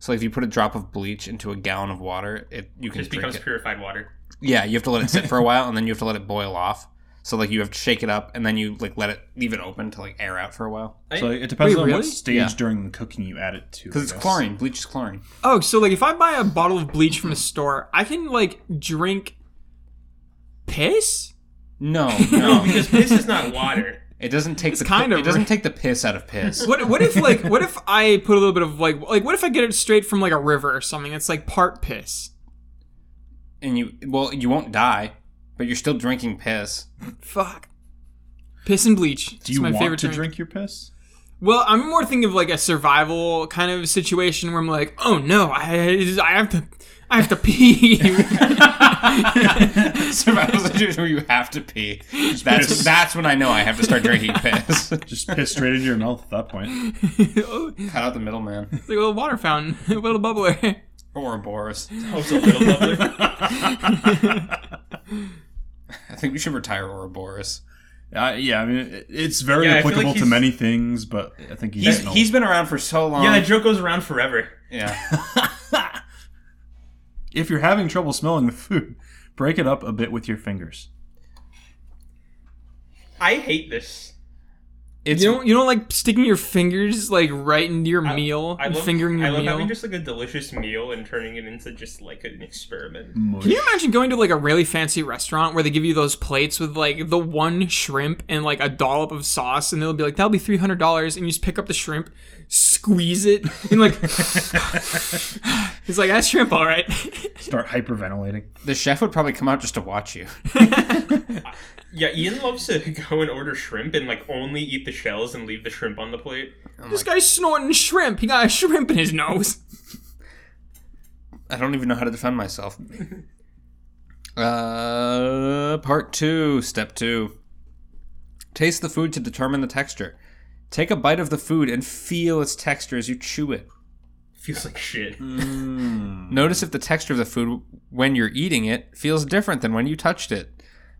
So like, if you put a drop of bleach into a gallon of water, it you can
Just
drink
becomes
it.
purified water.
Yeah, you have to let it sit for a while, and then you have to let it boil off. So like, you have to shake it up, and then you like let it leave it open to like air out for a while
So it depends
Wait,
on
really?
what stage
Yeah.
during the cooking you add it to.
because
I
it's
guess.
chlorine. Bleach is chlorine.
Oh, so like if I buy a bottle of bleach from a store, I can like drink piss?
No, no,
Because piss is not water.
it doesn't take the
kind
pi-
of
it doesn't
right.
take the piss out of piss.
[LAUGHS] What what if like what if I put a little bit of like like what if I get it straight from like a river or something? It's like part piss.
and you well, you won't die, but you're still drinking piss. [LAUGHS]
Fuck. Piss and bleach.
Do you
it's my
want
favorite
to
drink.
drink your piss? [LAUGHS]
Well, I'm more thinking of like a survival kind of situation where I'm like, oh no, I I have to I have to pee. [LAUGHS]
Survival situation where you have to pee. That's that's when I know I have to start drinking piss.
Just piss straight into your mouth at that point.
Oh, it's
Cut out the middleman
like a little water fountain, [LAUGHS] a little bubbler.
or a Boris.
That was a little bubbler.
I think we should retire Ouroboros.
[LAUGHS] Uh, yeah, I mean, it- it's very
Yeah, I feel like
applicable to
he's-
many things, but I think he's
He's,
getting old.
he's [LAUGHS] been around for so long.
[LAUGHS] Yeah, that joke goes around forever.
yeah.
if you're having trouble smelling the food, break it up a bit with your fingers.
I hate this.
It's
You don't you don't like sticking your fingers like right into your meal
I
and
love,
fingering your
I love
meal.
having just like a delicious meal and turning it into just like an experiment.
Can you imagine going to like a really fancy restaurant where they give you those plates with like the one shrimp and like a dollop of sauce and they'll be like that'll be three hundred dollars and you just pick up the shrimp, squeeze it and like [LAUGHS] it's like that's shrimp all right.
[LAUGHS]
[LAUGHS]
Start hyperventilating.
the chef would probably come out just to watch you.
Yeah, Ian loves to [LAUGHS] go and order shrimp and like only eat the shells and leave the shrimp on the plate.
this guy's snorting shrimp. He got a [LAUGHS] shrimp in his nose.
I don't even know how to defend myself. [LAUGHS] Uh, part two, step two. Taste the food to determine the texture. Take a bite of the food and feel its texture as you chew it.
Feels like shit.
Mm.
Notice if the texture of the food when you're eating it feels different than when you touched it.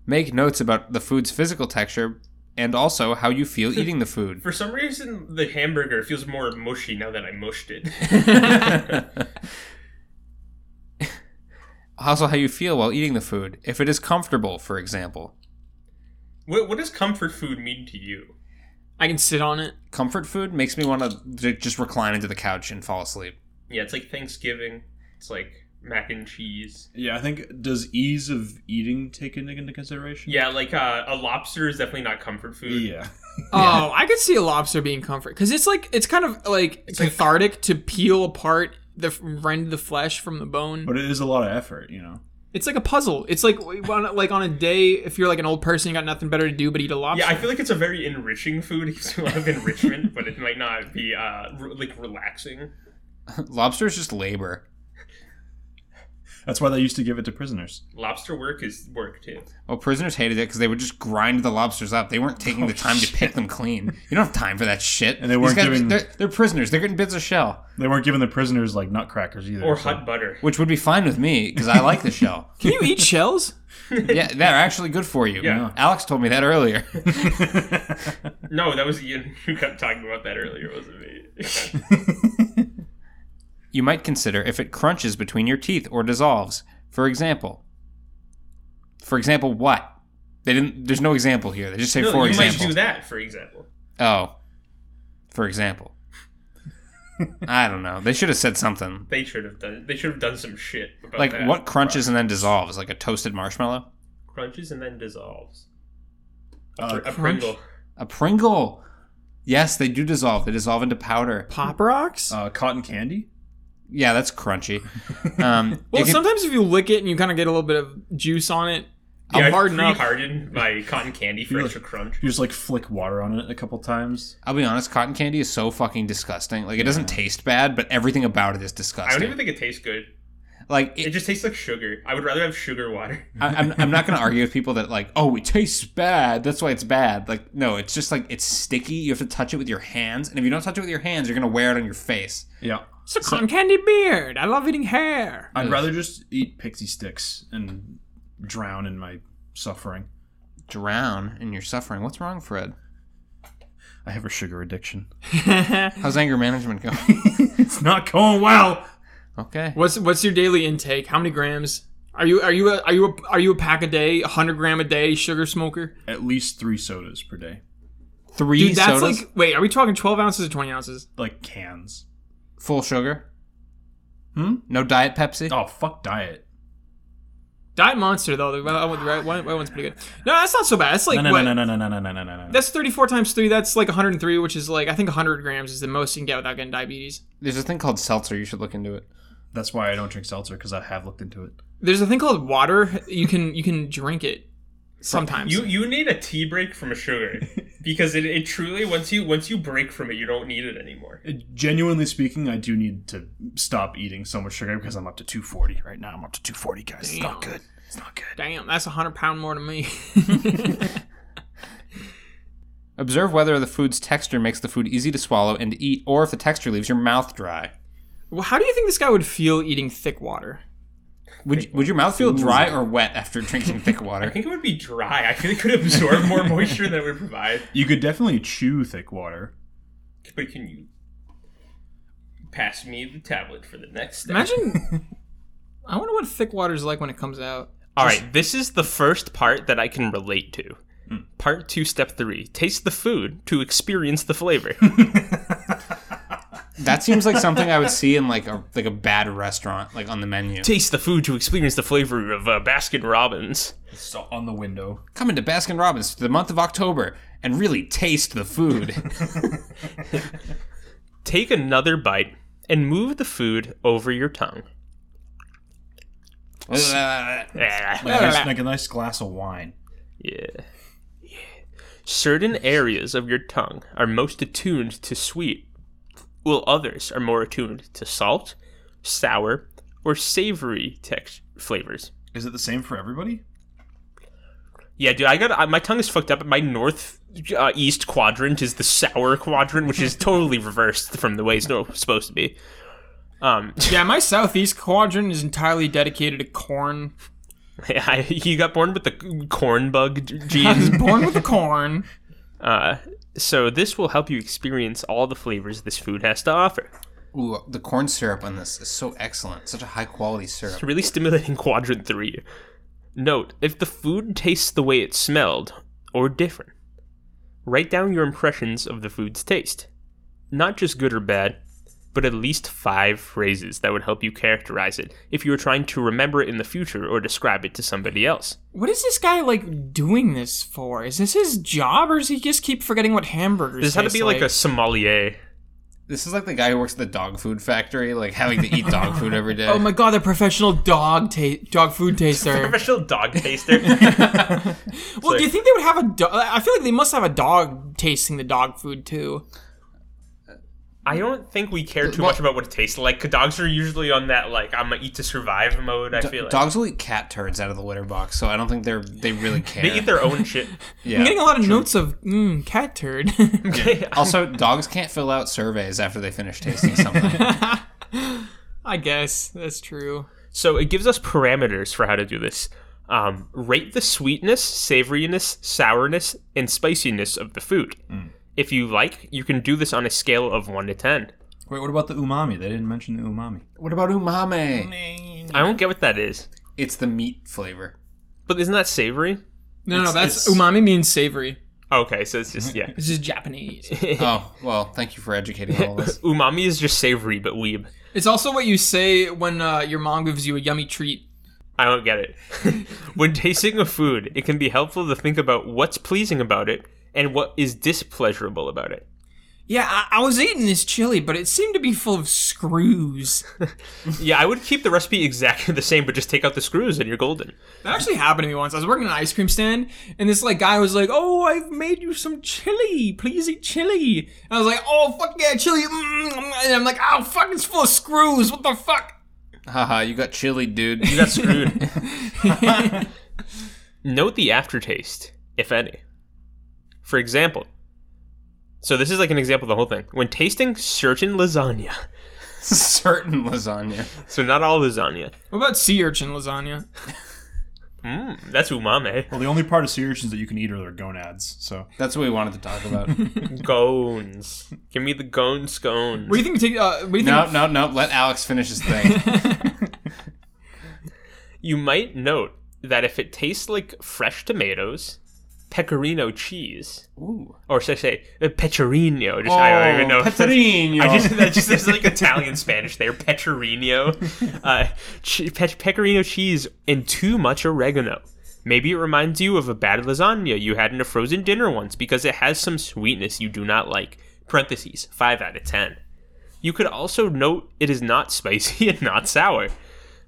Make notes about the food's physical texture and also how you feel eating the food. [LAUGHS]
[LAUGHS] For some reason, the hamburger feels more mushy now that I mushed
[LAUGHS]
it.
Also, how you feel while eating the food. If it is comfortable, for example.
what, what does comfort food mean to you?
I can sit on it.
Comfort food makes me want to just recline into the couch and fall asleep. [LAUGHS]
Yeah, it's like Thanksgiving. It's like mac and cheese.
Yeah, I think does ease of eating taken into consideration?
Yeah, like uh, a lobster is definitely not comfort food.
Yeah.
Oh, I could see a lobster being comfort because it's like it's kind of like cathartic to peel apart the rend the flesh from the bone.
But it is a lot of effort, you know.
It's like a puzzle. It's like on a- like on a day if you're like an old person, you got nothing better to do but eat a lobster.
Yeah, I feel like it's a very enriching food. [LAUGHS] It gives you a lot of enrichment, but it might not be uh, re- like relaxing.
Lobster is just labor.
That's why they used to give it to prisoners.
Lobster work is work too.
Well, prisoners hated it because they would just grind the lobsters up. They weren't
Oh,
taking the time to pick them clean. You don't have time for that shit.
And they
These
weren't
guys-
giving-
They're, they're prisoners. They're getting bits of shell,
They weren't giving the prisoners like nutcrackers either.
Or
so-
hot butter.
which would be fine with me because I like the
[LAUGHS]
shell.
Can you eat shells?
Yeah, they're actually good for you.
Yeah.
Alex told me that earlier. [LAUGHS]
No, that was Ian who kept talking about that earlier, wasn't
[LAUGHS]
me?
you might consider if it crunches between your teeth or dissolves. For example, for example, what? They didn't. There's no example here. They just say
no,
for
you
example.
might do that, for example.
Oh, for example. I don't know. They should have said something
They should have done. They should have done some shit about
like
that.
what crunches and then dissolves, like a toasted marshmallow.
crunches and then dissolves.
Uh,
A Pringle.
A Pringle. Yes, they do dissolve. They dissolve into powder.
Pop rocks?
[LAUGHS] uh, cotton candy.
Yeah, that's crunchy. Um,
well,
it can-
sometimes if you lick it and you kind of get a little bit of juice on it,
Yeah,
I'll
I've
harden up.
pre-hardened my cotton candy for
Really?
extra crunch.
You just like flick water on it a couple times.
I'll be honest, cotton candy is so fucking disgusting. Like it doesn't taste bad, but everything about it is
I
disgusting.
don't even think it tastes good.
like
It
it,
just tastes like sugar. I would rather have sugar water.
I, I'm, I'm not gonna argue with people that like, oh, it tastes bad. That's why it's bad. Like no, it's just like it's sticky. You have to touch it with your hands, and if you don't touch it with your hands, you're gonna wear it on your face.
Yeah.
It's a cotton candy beard. I love eating [LAUGHS] hair.
I'd rather just eat pixie sticks and drown in my suffering.
Drown in your suffering. What's wrong, Fred?
I have a sugar addiction.
How's anger management
[LAUGHS]
going?
[LAUGHS] It's not going well.
okay.
What's what's your daily intake? How many grams? Are you are you a, are you a, are you a pack a day, hundred gram a day sugar smoker?
At least three sodas per day,
Three
Dude, that's
sodas,
like wait, are we talking twelve ounces or twenty ounces?
like cans.
full sugar.
Hmm?
No diet Pepsi.
Oh fuck diet.
Diet Monster though, the well, the right one, white one's pretty good. No, that's not so bad. That's like
No no
what,
no no no no no no no no. no.
that's thirty four times three. That's like one hundred and three, which is like I think hundred grams is the most you can get without getting diabetes.
There's a thing called seltzer. You should look into it.
That's why I don't drink seltzer because I have looked into it.
There's a thing called water. You can you can drink it sometimes.
You you need a tea break from a [LAUGHS] sugar because it, it truly once you once you break from it you don't need it anymore.
Genuinely speaking, I do need to stop eating so much sugar because I'm up to 240 right now. I'm up to 240, guys. It's not good. It's not good.
Damn, that's a hundred pound more to me. [LAUGHS]
Observe whether the food's texture makes the food easy to swallow and to eat, or if the texture leaves your mouth dry.
well, how do you think this guy would feel eating thick water?
Would, would your mouth feel dry or wet after
[LAUGHS]
drinking thick water?
I think it would be dry. I feel it could absorb [LAUGHS] more moisture than it would provide.
You could definitely chew thick water.
But can you pass me the tablet for the next step? [LAUGHS]
Imagine. I wonder what thick water is like when it comes out.
All right, this is the first part that I can relate to. Part two, step three: taste the food to experience the flavor.
That seems like something I would see in like a like a bad restaurant, like on the menu.
taste the food to experience the flavor of uh, Baskin Robbins.
It's on the window.
Come into Baskin Robbins for the month of October and really taste the
[LAUGHS]
food. [LAUGHS]
Take another bite and move the food over your tongue.
Ugh.
Ah,
Like, a nice- like a nice glass of wine.
yeah. Certain areas of your tongue are most attuned to sweet, while others are more attuned to salt, sour, or savory text flavors.
Is it the same for everybody?
Yeah, dude, I got I, my tongue is fucked up. My north uh, east quadrant is the sour quadrant, which is totally reversed from the way it's no- supposed to be. [LAUGHS] Um,
Yeah, my southeast quadrant is entirely dedicated to corn.
I, you got born with the corn bug d-
I
[LAUGHS]
was
gene.
[LAUGHS] born with the corn.
Uh, so this will help you experience all the flavors this food has to offer.
Ooh, the corn syrup on this is so excellent. Such a high quality syrup.
Really stimulating [LAUGHS] quadrant three. Note, if the food tastes the way it smelled, or different, write down your impressions of the food's taste. Not just good or bad, but at least five phrases that would help you characterize it if you were trying to remember it in the future or describe it to somebody else.
What is this guy like doing this for? Is this his job, or does he just keep forgetting what hamburgers?
This had to
taste
be like a sommelier.
This is like the guy who works at the dog food factory, like having to eat dog food every
[LAUGHS]
day.
Oh my god, the professional dog ta- dog food taster.
Professional dog taster.
well, do you think they would have a dog? I feel like they must have a dog tasting the dog food too.
I don't think we care too much about what it tastes like. 'cause Dogs are usually on that like I'm gonna eat to survive mode. I feel like
Dogs will eat cat turds out of the litter box, so I don't think they're they really care.
[LAUGHS] they eat their own shit.
yeah.
I'm getting a lot of notes of mm, cat turd. [LAUGHS]
[LAUGHS]
also, dogs can't fill out surveys after they finish
[LAUGHS]
tasting something.
I guess that's true.
So it gives us parameters for how to do this. Um, rate the sweetness, savoriness, sourness, and spiciness of the food. If you like, you can do this on a scale of one to ten.
Wait, what about the umami? They didn't mention the umami.
what about umame?
I don't get what that is,
It's the meat
[LAUGHS]
flavor.
but isn't that savory?
No, no,
It's-
that's
it's-
umami means savory.
Okay, so it's just yeah.
This is Japanese.
Oh well, thank you for educating all of
[LAUGHS]
us.
Umami is just savory, but weeb.
it's also what you say when uh, your mom gives you a yummy treat.
I don't get it. [LAUGHS] when tasting a food, it can be helpful to think about what's pleasing about it and what is displeasurable about it.
Yeah, I, I was eating this chili, but it seemed to be full of screws.
Yeah, I would keep the recipe exactly [LAUGHS] the same, but just take out the screws and you're golden.
That actually happened to me once. I was working at an ice cream stand, and this like guy was like, "Oh, I've made you some chili. Please eat chili." And I was like, "Oh, fuck yeah, chili!" Mm, mm," And I'm like, "Oh, fuck, it's full of screws. What the fuck?"
Haha, you got chili, dude.
You got screwed. Note the aftertaste, if any. For example, so this is like an example of the whole thing. When tasting certain lasagna,
[LAUGHS]
[LAUGHS]
Certain lasagna.
so not all lasagna,
What about sea urchin lasagna?
mm, that's umami.
Well, the only part of sea urchins that you can eat are their gonads. So
That's what we wanted to talk
[LAUGHS]
about.
Gones. Give me the gone scones.
What do you think? we Take uh, what do you think?
no, no, no. Let Alex finish his thing.
You might note that if it tastes like fresh tomatoes, pecorino cheese,
Ooh. Oh,
or should I say uh, pecorino? Just, [LAUGHS] I don't even know.
Pecorino.
I just that just there's like Italian Spanish there. Pecorino, uh, che- pe- pecorino cheese, and too much oregano. Maybe it reminds you of a bad lasagna you had in a frozen dinner once because it has some sweetness you do not like. Parentheses five out of ten. You could also note it is not spicy [LAUGHS] and not sour.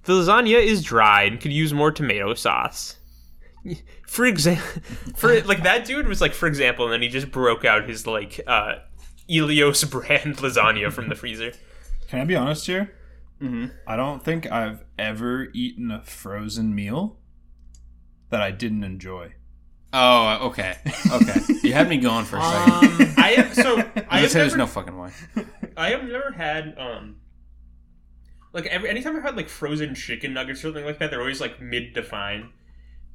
The lasagna is dry and could use more tomato sauce. For example, [LAUGHS] for like that dude was like, for example, and then he just broke out his like uh, Elios brand [LAUGHS] lasagna from the freezer.
can I be honest here? Mm-hmm. I don't think I've ever eaten a frozen meal that I didn't enjoy.
Oh, okay,
[LAUGHS]
okay. You had me going for a second.
Um,
I have so I
I
have
say there's
never,
no fucking way.
I have never had um like every anytime I've had like frozen chicken nuggets or something like that, they're always like mid to fine.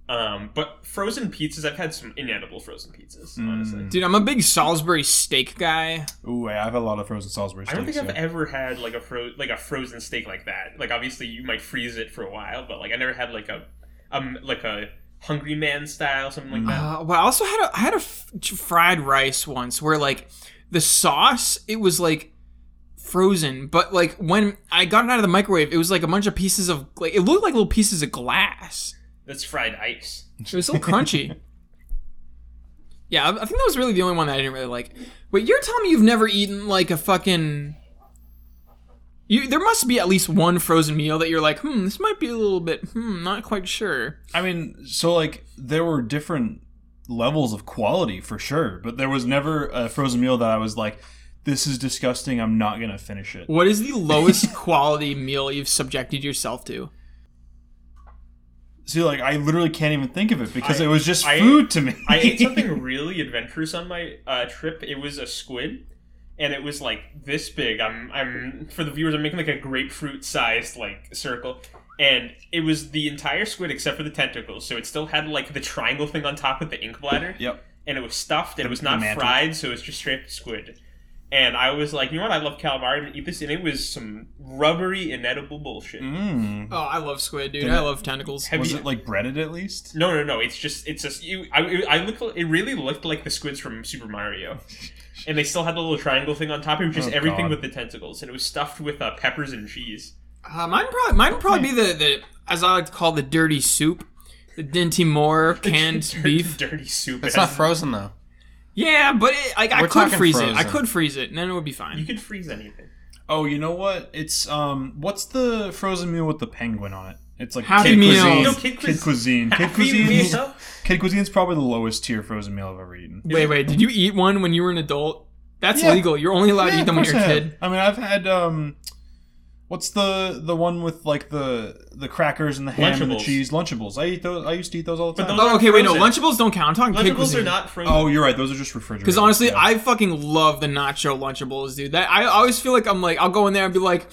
Um, but frozen pizzas, I've had some inedible frozen pizzas. Honestly,
dude, I'm a big Salisbury steak guy.
Ooh, I've had a lot of frozen Salisbury
I don't think
steaks,
I've
yeah.
ever had like a fro- like a frozen steak like that. Like obviously you might freeze it for a while, but like I never had like a um like a hungry man style something like that.
Uh, well, I also had a I had a f- fried rice once where like the sauce it was like frozen, but like when I got it out of the microwave, it was like a bunch of pieces of like it looked like little pieces of glass.
That's fried ice.
It was so crunchy. Yeah, I I think that was really the only one that I didn't really like. Wait, you're telling me you've never eaten like a fucking you, there must be at least one frozen meal that you're like, hmm, this might be a little bit, hmm, not quite sure.
I mean, so like there were different levels of quality for sure, but there was never a frozen meal that I was like, "This is disgusting. I'm not gonna finish it."
What is the lowest quality meal you've subjected yourself to?
See, like I literally can't even think of it because
I-
it was just
I-
food to me.
I
[LAUGHS]
ate something really adventurous on my uh, trip. It was a squid, and it was like this big. I'm I'm for the viewers. I'm making like a grapefruit sized like circle, and it was the entire squid except for the tentacles. So it still had like the triangle thing on top with the ink bladder.
Yep.
And it was stuffed, and it was not
the mantle.
fried, so it was just straight squid. And I was like, you know what? I love calamari. I'm gonna eat this, and it was some rubbery, inedible bullshit.
Mm.
Oh, I love squid, dude. I love tentacles.
Have
Was
you-
it like breaded at least?
No, no, no. It's just it's just you. I, I look. It really looked like the squids from Super
[LAUGHS]
Mario, and they still had the little triangle thing on top. It was just
Oh,
everything with
God.
the tentacles, and it was stuffed with uh, peppers and cheese.
Uh, mine probably mine would probably be the, the as I like to call the dirty soup, the Dinty Moore
[LAUGHS]
canned beef.
dirty soup.
It's
It
not
has-
frozen though.
Yeah, but it, like I
We're
could
talking
freeze it. I
frozen.
could freeze it, and then it would be
You
fine.
could freeze
[LAUGHS]
anything.
Oh, you know what? It's um, what's the frozen meal with the penguin on it? It's like
Happy
kid
Meal.
cuisine.
No,
Kid
kid
Cuis-
cuisine. Kid
Happy
cuisine.
Meal.
Kid cuisine's probably the lowest tier frozen meal I've ever eaten.
Wait, wait. Did you eat one when you were an adult? That's
Yeah.
legal. You're only allowed to
Yeah,
eat
of
them when
course
you're a
I have.
kid.
I mean, I've had um, what's the the one with like the the crackers and the ham and the
Lunchables.
cheese Lunchables? I eat those. I used to eat those all the
But
time.
those-
Oh, okay, wait, no.
Frozen.
Lunchables don't count. I'm talking kid
Lunchables
cuisine.
are not frozen.
oh, you're right. Those are just refrigerated.
Because honestly,
Yeah.
I fucking love the nacho Lunchables, dude. That I always feel like I'm like I'll go in there and be like,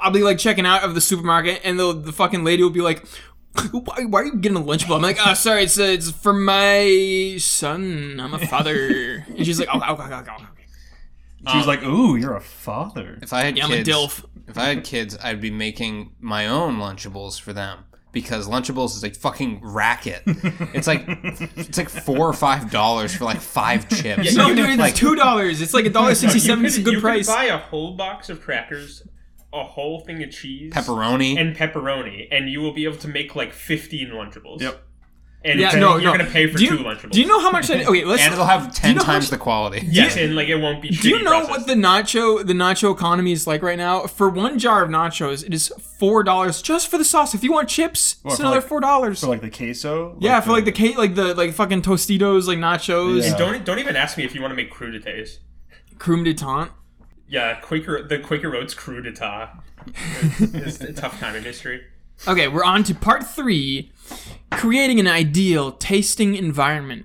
I'll be like checking out of the supermarket, and the the fucking lady will be like. Why, why are you getting a lunchable? I'm like, oh, sorry, it's uh, it's for my son. I'm a father,
[LAUGHS]
and she's like, oh, oh, oh, oh, oh.
she's like, "Ooh, you're a father."
If I had
yeah, I'm
kids,
a dilf.
if I had kids, I'd be making my own Lunchables for them because Lunchables is a fucking
[LAUGHS]
racket. it's like it's like four or five dollars for like
[LAUGHS]
five chips.
No, dude, it's two dollars. It's like a dollar sixty-seven.
[LAUGHS] You
It's a
could-
good
you
price.
Could buy a whole box of crackers, a whole thing of cheese,
pepperoni.
and pepperoni, and you will be able to make like fifteen lunchables.
Yep.
And
yeah,
then
no,
you're
no.
gonna pay for
do you,
two lunchables.
Do you know how
[LAUGHS]
much? I, okay, let's.
and it'll have ten
know how
times
much-
the quality.
Yes, and like it won't be.
Do you know what the nacho the nacho economy is like right now? For one jar of nachos, it is four dollars just for the sauce. If you want chips, it's
for
another
like-
four dollars.
For like the queso. Like
yeah, for like uh, the cake, like the like fucking Tostitos, like nachos,
Yeah.
yeah.
Don't don't even ask me if you want to make crudités.
creme de tante.
Yeah, Quaker the Quaker Oats crudita. It's a tough time in history.
Okay, we're on to part three: creating an ideal tasting environment.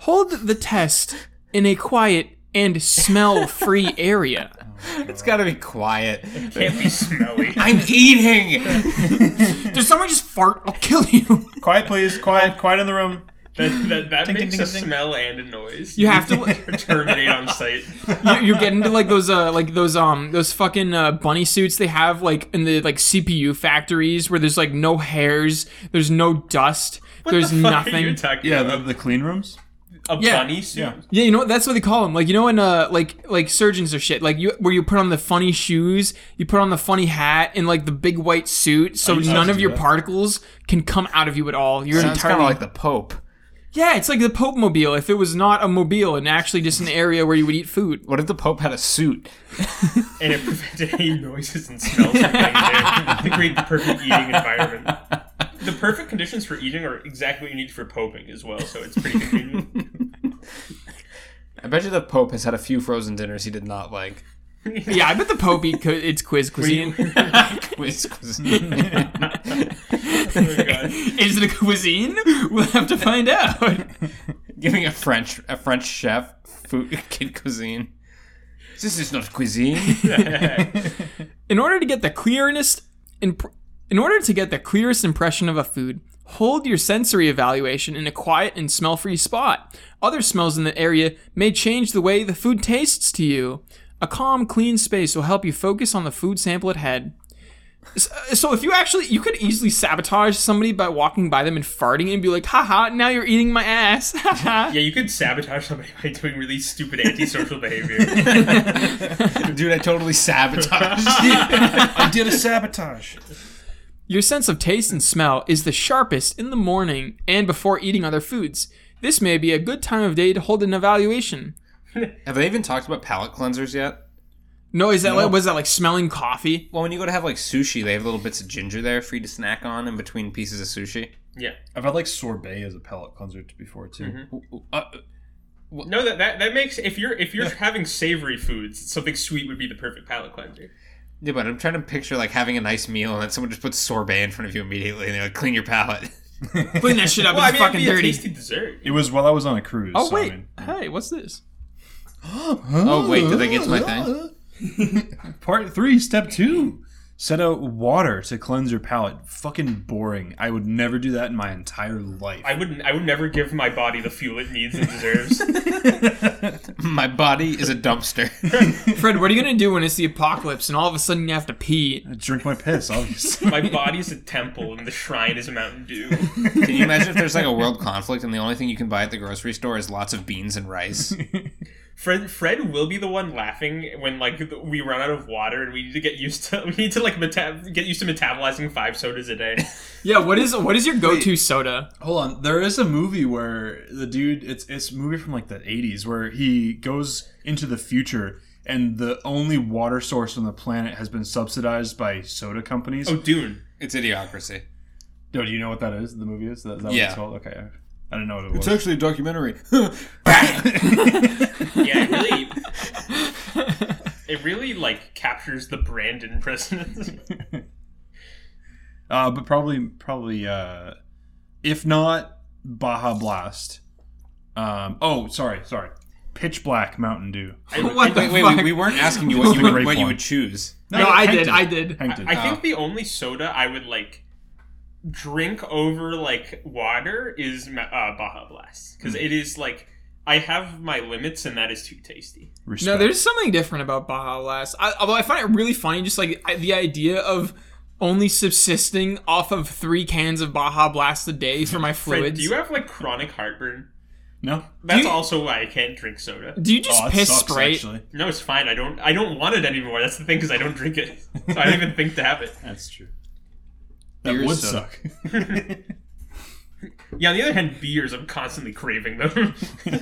Hold the test in a quiet and [LAUGHS] smell-free area.
It's got to be quiet.
Can't be
[LAUGHS]
smelly.
I'm eating.
Does someone just fart? I'll kill you.
quiet, please, quiet, quiet in the room.
That, that, that
Ding, ding,
makes
ding,
a
ding.
smell and a noise.
You
[LAUGHS]
have to.
terminate on site.
you, you get into like those uh like those um those fucking uh, bunny suits they have like in the like CPU factories where there's like no hairs, there's no dust, there's
Are you
nothing.
talking
Yeah, the,
about
the clean rooms.
a
yeah.
bunny suit.
Yeah.
yeah, you know what? That's what they call them. Like you know when uh like like surgeons or shit like you where you put on the funny shoes, you put on the funny hat and like the big white suit, so
used to
none of
do
your
that.
particles can come out of you at all. You're
Sounds kind
entirely
of like the Pope.
yeah, it's like the Pope mobile if it was not a mobile and actually just an area where you would eat food.
What if the Pope had a suit?
and it prevented any noises and smells from getting
[LAUGHS]
there to create the perfect eating environment. The perfect conditions for eating are exactly what you need for poping as well, so it's pretty convenient.
I bet you the Pope has had a few frozen dinners he did not like.
[LAUGHS] Yeah, I bet the Pope eat cu- it's quiz cuisine.
Quiz cuisine.
[LAUGHS]
[LAUGHS]
Oh my God.
Is it a cuisine? We'll have to find out.
Giving a French a French chef food [LAUGHS] kid cuisine. This is not cuisine.
[LAUGHS] In order to get the clearest, imp- in order to get the clearest impression of a food, hold your sensory evaluation in a quiet and smell-free spot. Other smells in the area may change the way the food tastes to you. A calm, clean space will help you focus on the food sample at hand. S- uh, So if you actually, you could easily sabotage somebody by walking by them and farting and be like, haha, now you're eating my ass. [LAUGHS] haha."
Yeah, you could sabotage somebody by doing really stupid antisocial behavior.
[LAUGHS]
Dude, I totally sabotaged.
I did a sabotage.
Your sense of taste and smell is the sharpest in the morning and before eating other foods. This may be a good time of day to hold an evaluation.
Have they even talked about palate cleansers yet?
No, is that like was that like smelling [LAUGHS] coffee?
Well, when you go to have like sushi, they have little bits of ginger there for you to snack on in between pieces of sushi.
yeah.
I've had like sorbet as a palate cleanser before too.
Uh,
No, that, that that makes if you're if you're having savory foods, something sweet would be the perfect palate cleanser.
yeah, but I'm trying to picture like having a nice meal and then someone just puts sorbet in front of you immediately and they're like, clean your palate. [LAUGHS]
Clean that shit up.
Well, I
it's
mean, it'd
fucking
be a
dirty.
tasty dessert.
It was while I was on a cruise.
oh
so, I
wait,
mean-
hey, what's this?
Oh, wait, did I get to my thing?
[LAUGHS] Part three, step two. Set out water to cleanse your palate. Fucking boring. I would never do that in my entire life.
I wouldn't. I would never give my body the fuel it needs and
[LAUGHS]
deserves.
My body is a dumpster.
Fred, what are you gonna do when it's the apocalypse and all of a sudden you have to pee?
I drink my piss, obviously.
My body is a temple and the shrine is a Mountain Dew.
Can you imagine if there's like a world conflict and the only thing you can buy at the grocery store is lots of beans and rice?
Fred, Fred will be the one laughing when like we run out of water and we need to get used to [LAUGHS] we need to like meta- get used to metabolizing five sodas a day.
[LAUGHS] Yeah, what is what is your go-to soda?
[LAUGHS] Hold on. There is a movie where the dude it's it's a movie from like the eighties where he goes into the future and the only water source on the planet has been subsidized by soda companies.
Oh, Dune.
It's idiocracy.
No, do you know what that is? The movie is? That, is that what
Yeah.
it's called? Okay. I don't know what it was.
actually a documentary.
[LAUGHS]
Yeah, really. it really like captures the Brandon presence.
[LAUGHS]
Uh, but probably, probably, uh, if not Baja Blast. Um, oh, sorry, sorry. Pitch Black Mountain Dew.
what the
Wait, wait,
fuck?
we, we weren't asking you what you
That's a
would,
great
what you
point.
would choose.
no, I did. I did.
Hankton.
I
uh?
think the only soda I would like drink over like water is Ma- uh, Baja Blast because
Hmm.
it is like I have my limits and that is too tasty.
Respect.
No, there's something different about Baja Blast. I, although I find it really funny, just like I, the idea of only subsisting off of three cans of Baja Blast a day for my
Fred,
fluids.
do you have like chronic heartburn?
no.
That's
you- Mm.
also why I can't drink soda.
Do you just
Oh, that
piss
sucks,
Sprite?
actually.
No, it's fine. I don't. I don't want it anymore. That's the thing because I don't drink it, so I don't even think to have it.
That's true. That
Beer
would
soda.
suck. [LAUGHS]
Yeah. On the other hand, beers I'm constantly craving them. [LAUGHS]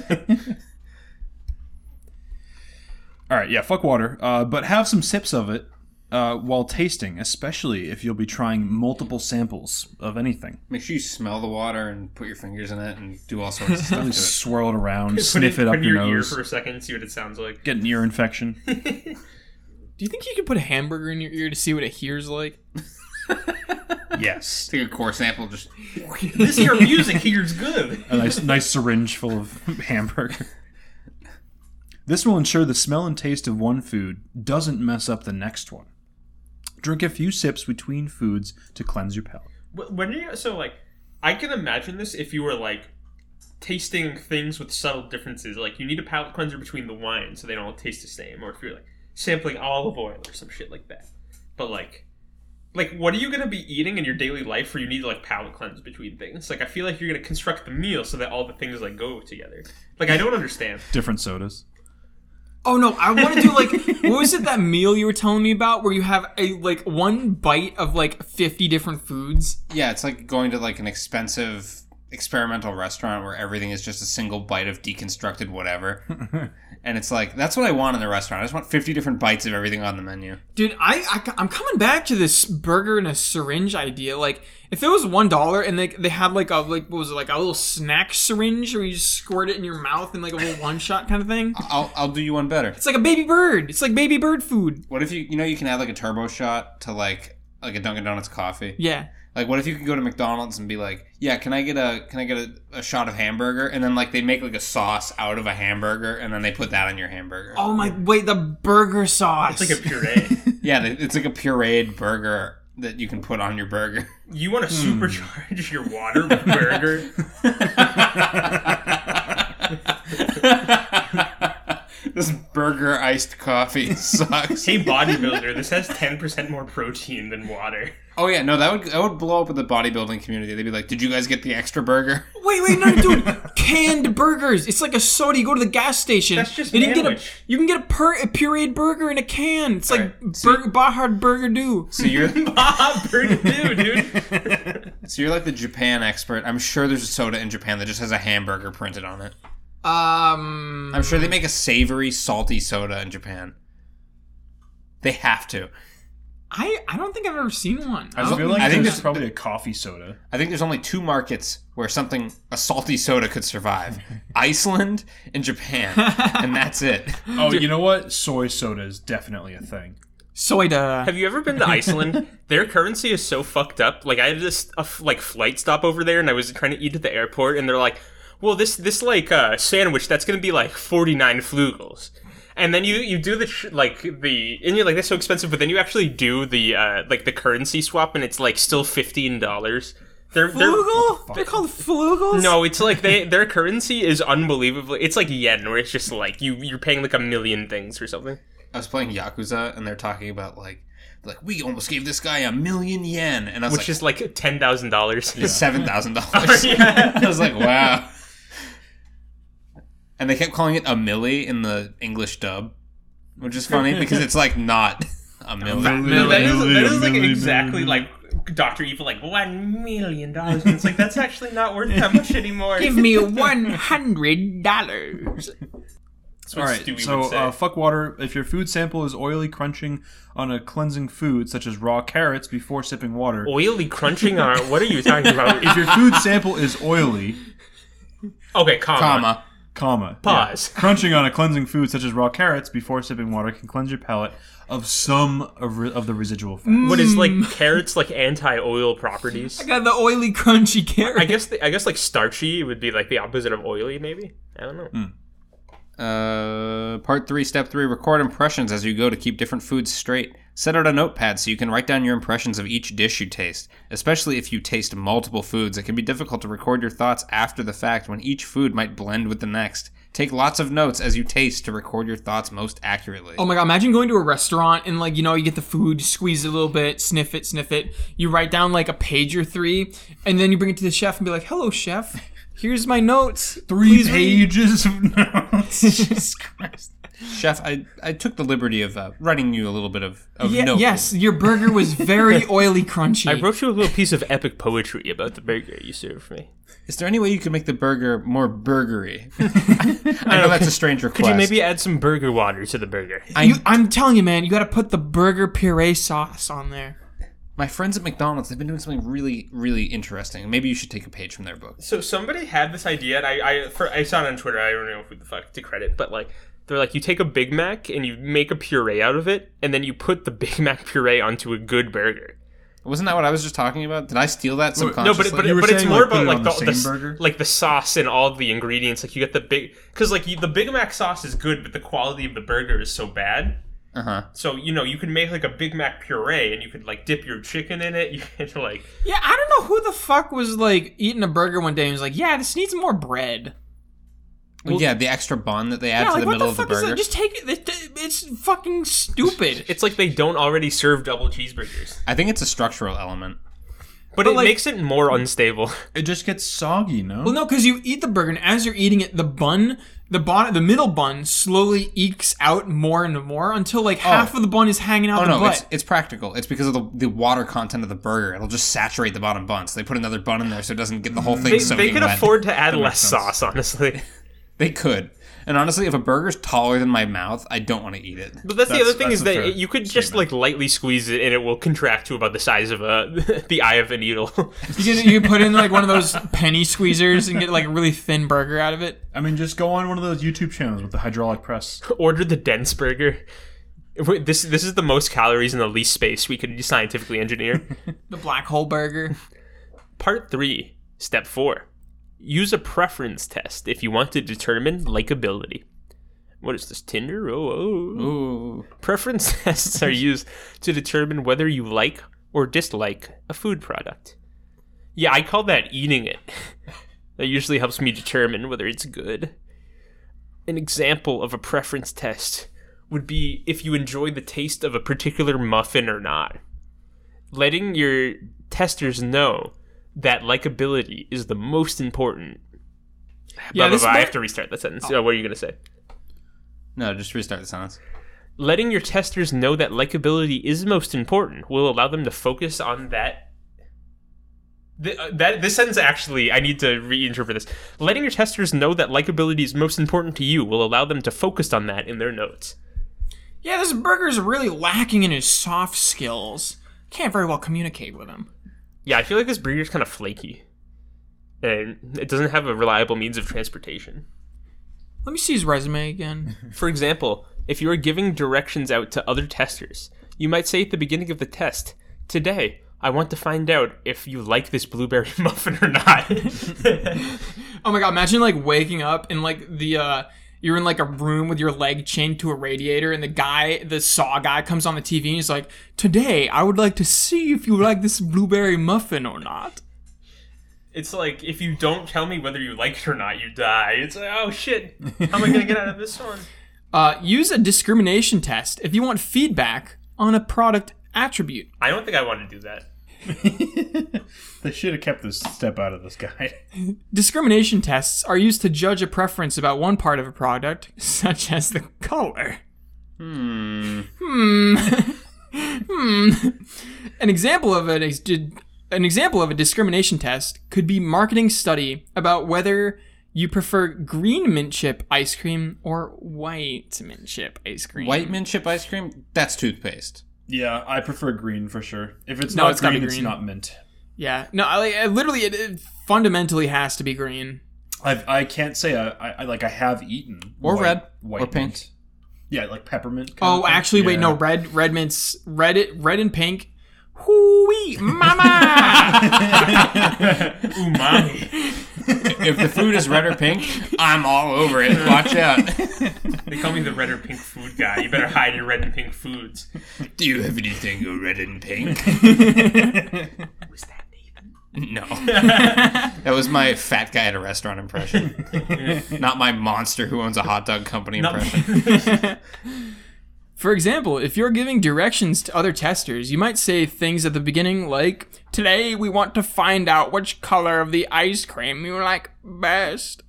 All right, yeah, fuck water, uh, but have some sips of it uh, while tasting, especially if you'll be trying multiple samples of anything.
Make sure you smell the water and put your fingers in it and do all sorts of stuff
Really
to it.
swirl it around,
Put
sniff it
put
up
in
your,
ear
nose,
for a second, see what it sounds
[LAUGHS]
like.
get an ear infection.
Do you think you could put a hamburger in your ear to see what it hears like?
yes,
Take a core sample, just
This your music here's good.
a nice, nice syringe full of [LAUGHS] hamburger. This will ensure the smell and taste of one food doesn't mess up the next one. Drink a few sips between foods to cleanse your palate.
Wh- When you so like, I can imagine this if you were like tasting things with subtle differences. Like you need a palate cleanser between the wine so they don't all taste the same, or if you're like sampling olive oil or some shit like that. But like, like what are you gonna be eating in your daily life where you need to like palate cleanse between things? Like I feel like you're gonna construct the meal so that all the things like go together. Like I don't understand.
Different sodas.
Oh no, I want to do [LAUGHS] like what was it that meal you were telling me about where you have a like one bite of like 50 different foods?
yeah, it's like going to like an expensive experimental restaurant where everything is just a single bite of deconstructed whatever. and it's like that's what I want in the restaurant. I just want 50 different bites of everything on the menu.
Dude, I, I I'm coming back to this burger and a syringe idea. Like, if it was one dollar and they they had like a like what was it like a little snack syringe where you just squirt it in your mouth and like a little one shot kind of [LAUGHS] thing.
I'll I'll do you one better.
It's like a baby bird. It's like baby bird food.
What if you you know you can add like a turbo shot to like like a Dunkin' Donuts coffee?
Yeah.
Like what if you could go to McDonald's and be like, yeah, can I get a can I get a, a shot of hamburger? And then like they make like a sauce out of a hamburger and then they put that on your hamburger.
Oh my wait, the burger sauce.
It's like a
[LAUGHS]
puree.
Yeah, they- it's like a pureed burger that you can put on your burger. [LAUGHS]
you want to
Hmm.
supercharge your water with
[LAUGHS]
burger?
this burger iced coffee [LAUGHS] sucks.
Hey bodybuilder, this has ten percent more protein than water.
Oh yeah, no, that would that would blow up with the bodybuilding community. They'd be like, "Did you guys get the extra burger?"
Wait, wait, no, dude! [LAUGHS] Canned burgers. It's like a soda. You go to the gas station.
That's just
you can get a
manwich.
you can get a, pur- a pureed burger in a can. It's like
Alright, so-
burger, Baja Burger Do.
So you're
[LAUGHS] Ah, burger do, dude.
so you're like the Japan expert. I'm sure there's a soda in Japan that just has a hamburger printed on it.
Um,
I'm sure they make a savory, salty soda in Japan. They have to.
I I don't think I've ever seen one. I
I
don't-
feel like
I think
there's
this-
probably a coffee soda.
I think there's only two markets where something a salty soda could survive: Iceland and Japan, and that's it.
Oh, you know what? Soy soda is definitely a thing.
soda.
Have you ever been to Iceland? Their currency is so fucked up. Like I had this a f- like flight stop over there, and I was trying to eat at the airport, and they're like, "Well, this this like uh, sandwich that's gonna be like forty nine flugels." And then you, you do the sh- like the and you're like that's so expensive, but then you actually do the uh, like the currency swap, and it's like still fifteen dollars. They're, they're
Flugel? They're called
[LAUGHS]
flugels.
No, it's like they their currency is unbelievably. It's like yen, where it's just like you you're paying like a million things or something.
I was playing Yakuza and they're talking about like like we almost gave this guy a million yen and I was
Which Oh,
like
is like ten thousand dollars. [LAUGHS]
seven thousand dollars. [LAUGHS] I was like, wow. And they kept calling it a milli in the English dub, which is funny because it's like not a milli.
That is,
Million,
that is like
million,
exactly
million.
like Doctor Evil, like one million dollars. It's like that's actually not worth that much anymore.
Give me one
[LAUGHS]
hundred dollars.
That's
All
what
right,
Stewie
so
would say.
uh, fuck water. If your food sample is oily, crunching on a cleansing food such as raw carrots before sipping water.
oily crunching. Or what are you talking about?
If your food sample is oily,
okay, comma.
Comma.
comma.
Pause.
yeah. Crunching on a cleansing food such as raw carrots before sipping water can cleanse your palate of some of, re- of the residual fat.
What is like carrots like anti-oil properties?
Got the oily, crunchy carrot.
I guess the, I guess like starchy would be like the opposite of oily, maybe. I don't know.
Uh, part three, step three: record impressions as you go to keep different foods straight. Set out a notepad so you can write down your impressions of each dish you taste. Especially if you taste multiple foods, it can be difficult to record your thoughts after the fact when each food might blend with the next. Take lots of notes as you taste to record your thoughts most accurately.
Oh
Um,
my god, imagine going to a restaurant and like, you know, you get the food, you squeeze it a little bit, sniff it, sniff it. You write down like a page or three, and then you bring it to the chef and be like, hello, chef. Here's my notes.
Three
Please read."
pages of [LAUGHS]
[LAUGHS]
notes. Jesus Christ.
Chef, I, I took the liberty of uh, writing you a little bit of, of
Ye-
note.
Yes, your burger was
[LAUGHS]
very oily, crunchy.
I wrote you a little piece of epic poetry about the burger you served me.
Is there any way you could make the burger more burgery? [LAUGHS]
[LAUGHS]
I know that's a strange request.
Could you maybe add some burger water to the burger?
You- I'm telling you, man, you got to put the burger puree sauce on there.
My friends at McDonald's, they've been doing something really, really interesting. Maybe you should take a page from their book.
So somebody had this idea, and I I, for, I saw it on Twitter. I don't know who the fuck to credit, but like they're like you take a Big Mac and you make a puree out of it, and then you put the [LAUGHS] Big Mac puree onto a good burger.
Wasn't that what I was just talking about? Did I steal that
No,
subconsciously?
but it, but,
You
it,
were
but it's
saying,
more
like, put
about like
it on
the,
the
the
same
s-
burger?
like the sauce and all the ingredients. Like you get the big because like you, the Big Mac sauce is good, but the quality of the burger is so bad.
uh huh.
So you know you can make like a Big Mac puree, and you could like dip your chicken in it. [LAUGHS] You could like
Yeah, I don't know who the fuck was like eating a burger one day and was like, yeah, this needs more bread.
yeah, the extra bun that they add
Yeah,
to
like
the
what
middle
the
of the
fuck is
burger.
that? Just take it. it- It's fucking stupid.
it's like they don't already serve double cheeseburgers,
I think it's a structural element.
but, it
like-
makes it more unstable.
It just gets soggy, no?
Well, no, because you eat the burger, and as you're eating it, the bun, the bottom, the middle bun, slowly ekes out more and more until like half of the bun is hanging out
Oh
the
no,
butt.
it's it's practical. It's because of the, the water content of the burger. It'll just saturate the bottom bun, so they put another bun in there so it doesn't get the whole thing
They,
soaking
they could
wet.
afford to add less
sense.
sauce, honestly.
They could. And honestly, if a burger's taller than my mouth, I don't want to eat it.
But that's,
That's-
the other thing is
that's a
that
fair
it- you could just like lightly squeeze it, and it will contract to about the size of a [LAUGHS] the eye of a needle. [LAUGHS]
You can, you can put in like one of
[LAUGHS]
those penny squeezers and get like a really thin burger out of it.
I mean, just go on one of those YouTube channels with the hydraulic press.
Order the dense burger. Wait, This this is the most calories in the least space we could scientifically engineer.
The black hole burger.
Part three, step four. Use a preference test if you want to determine likability. What is this, Tinder? Oh, oh.
Ooh.
Preference tests are used to determine whether you like or dislike a food product. Yeah, I call that eating it. [LAUGHS] that usually helps me determine whether it's good. An example of a preference test would be if you enjoy the taste of a particular muffin or not. Letting your testers know that likability is the most important.
Yeah,
Blah, blah,
this Oh.
blah. I
bur-
have to restart that sentence. Uh, what are you going to say?
No, just restart the sentence.
letting your testers know that likability is most important will allow them to focus on that. Th- uh, that this sentence actually, I need to reinterpret this. Letting your testers know that likability is most important to you will allow them to focus on that in their notes.
Yeah, this burger's really lacking in his soft skills. Can't very well communicate with him.
Yeah, I feel like this breeder's kind of flaky, and it doesn't have a reliable means of transportation.
Let me see his resume again.
For example, if you are giving directions out to other testers, you might say at the beginning of the test, Today, I want to find out if you like this blueberry [LAUGHS] muffin or not.
Oh my god, imagine like waking up and like the uh you're in like a room with your leg chained to a radiator and the guy the saw guy comes on the TV and he's like, "Today, I would like to see if you like this blueberry muffin or not."
it's like, if you don't tell me whether you like it or not, you die. It's like, oh shit, how am I gonna get out of this one? [LAUGHS]
Uh use a discrimination test if you want feedback on a product attribute.
I don't think I want to do that.
They should have kept this step out of this guy. [LAUGHS]
Discrimination tests are used to judge a preference about one part of a product, such as the color. Hmm. Hmm. An example of an ex- an example of a discrimination test could be marketing study about whether you prefer green mint chip ice cream or white mint chip ice cream.
White mint chip ice cream? That's [LAUGHS] toothpaste.
Yeah, I prefer green for sure. If it's
No,
not
it's gotta
green,
be
it's
green.
not mint.
Yeah. No, I, I literally it, it fundamentally has to be green.
I've, I can't say I, I I- like I have eaten
Or
white-
red.
white
or
meat.
pink.
Yeah, like peppermint. kind of
Oh,
thing.
actually, wait,
Yeah.
no, red, red mints, red, red and pink.
[LAUGHS]
Hoo-wee, mama!
[LAUGHS]
Umami.
If the food is red or pink, I'm all over it. Watch out.
they call me the red or pink food guy. You better hide your red and pink foods.
Do you have anything red and pink?
Was that Nathan?
No. [LAUGHS] that was my fat guy at a restaurant impression. Not my monster who owns a hot dog company impression.
For example, if you're giving directions to other testers, you might say things at the beginning like, Today we want to find out which color of the ice cream you like best.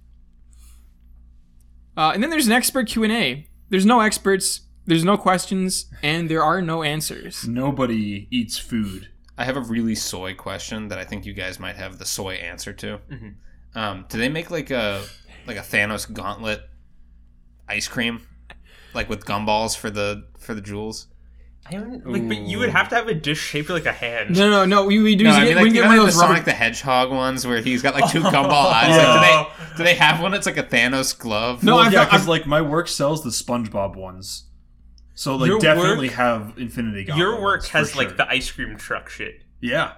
Uh, and then there's an expert Q&A. There's no experts, there's no questions, and there are
[LAUGHS]
no answers.
Nobody eats food.
I have a really soy question that I think you guys might have the soy answer to. Um, do they make like a like a Thanos gauntlet ice cream, like with gumballs for the for the jewels?
I don't [LAUGHS] like, but you would have to have a dish shaped like a hand.
No, no, no, we, we do
No,
get,
I mean
we
like, you
get
know,
one
like
of
the
those rubber-
Sonic the Hedgehog ones where he's got
[LAUGHS]
like two gumball eyes. Like, do they do they have one that's like a Thanos glove?
No,
Well,
I've
yeah,
got- I've-
because like my work sells the SpongeBob ones, so like
Your
definitely
work-
have Infinity Gauntlet.
Your work
ones, for
has
sure.
like the ice cream truck shit.
yeah.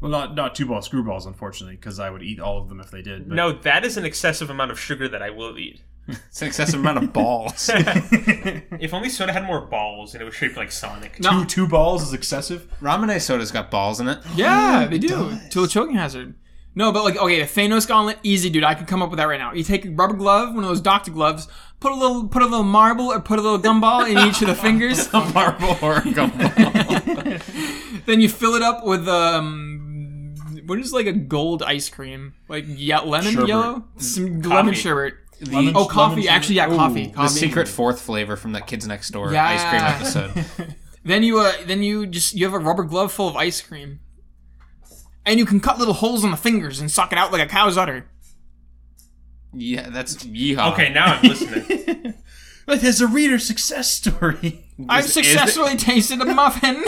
Well, not not two ball screwballs, unfortunately, because I would eat all of them if they did. But [LAUGHS]
No, that is an excessive amount of sugar that I will eat.
it's an excessive amount of
[LAUGHS]
balls.
If only soda had more balls and it was shaped like Sonic.
No.
two two balls
[LAUGHS]
is excessive.
Ramen soda's got balls in Oh, it.
Yeah, they do. To a choking hazard. No, but like, okay, a Thanos gauntlet, easy, dude. I can come up with that right now. You take a rubber glove, one of those doctor gloves, put a little, put a little marble or put a little gumball in each of
[LAUGHS]
the fingers.
A marble or a gumball.
then you fill it up with um, what is like a gold ice cream, like yeah, lemon
Sherbet.
yellow, some lemon sherbet.
Lemon-
oh, coffee.
lemon
Actually, yeah,
sherbet?
coffee.
Ooh,
the
coffee.
secret fourth flavor from that Kids Next Door
Yeah.
ice cream episode.
Then you uh, then you just you have a rubber glove full of ice cream, and you can cut little holes on the fingers and suck it out like a cow's udder.
Yeah, that's yeehaw.
Okay, now I'm listening.
But there's a reader success story. [LAUGHS]
I've
Is- is it-
successfully tasted a muffin.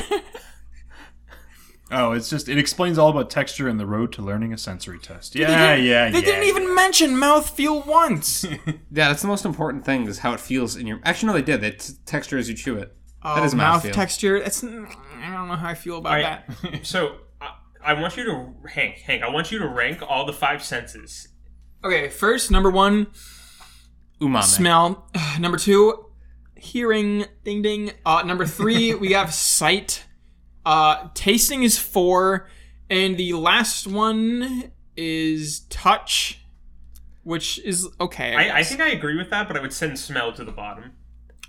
Oh, it's just it explains all about texture and the road to learning a sensory test. Yeah,
didn't-
yeah,
They
yeah.
didn't even mention mouthfeel once.
Yeah, that's the most important thing is how it feels in your. Actually, no, they did. They t- texture as you chew it. that
Oh,
is
mouth
mouthfeel.
texture. That's I don't know how I feel about
All right. [LAUGHS]
that.
so I, I want you to Hank, Hank. I want you to rank all the five senses.
Okay, first number one,
Umami.
smell. [SIGHS] number two, hearing. Ding ding. Uh, number three, we have sight. Uh, tasting is four, and the last one is touch, which is okay.
I, I think I agree with that, but I would send smell to the bottom.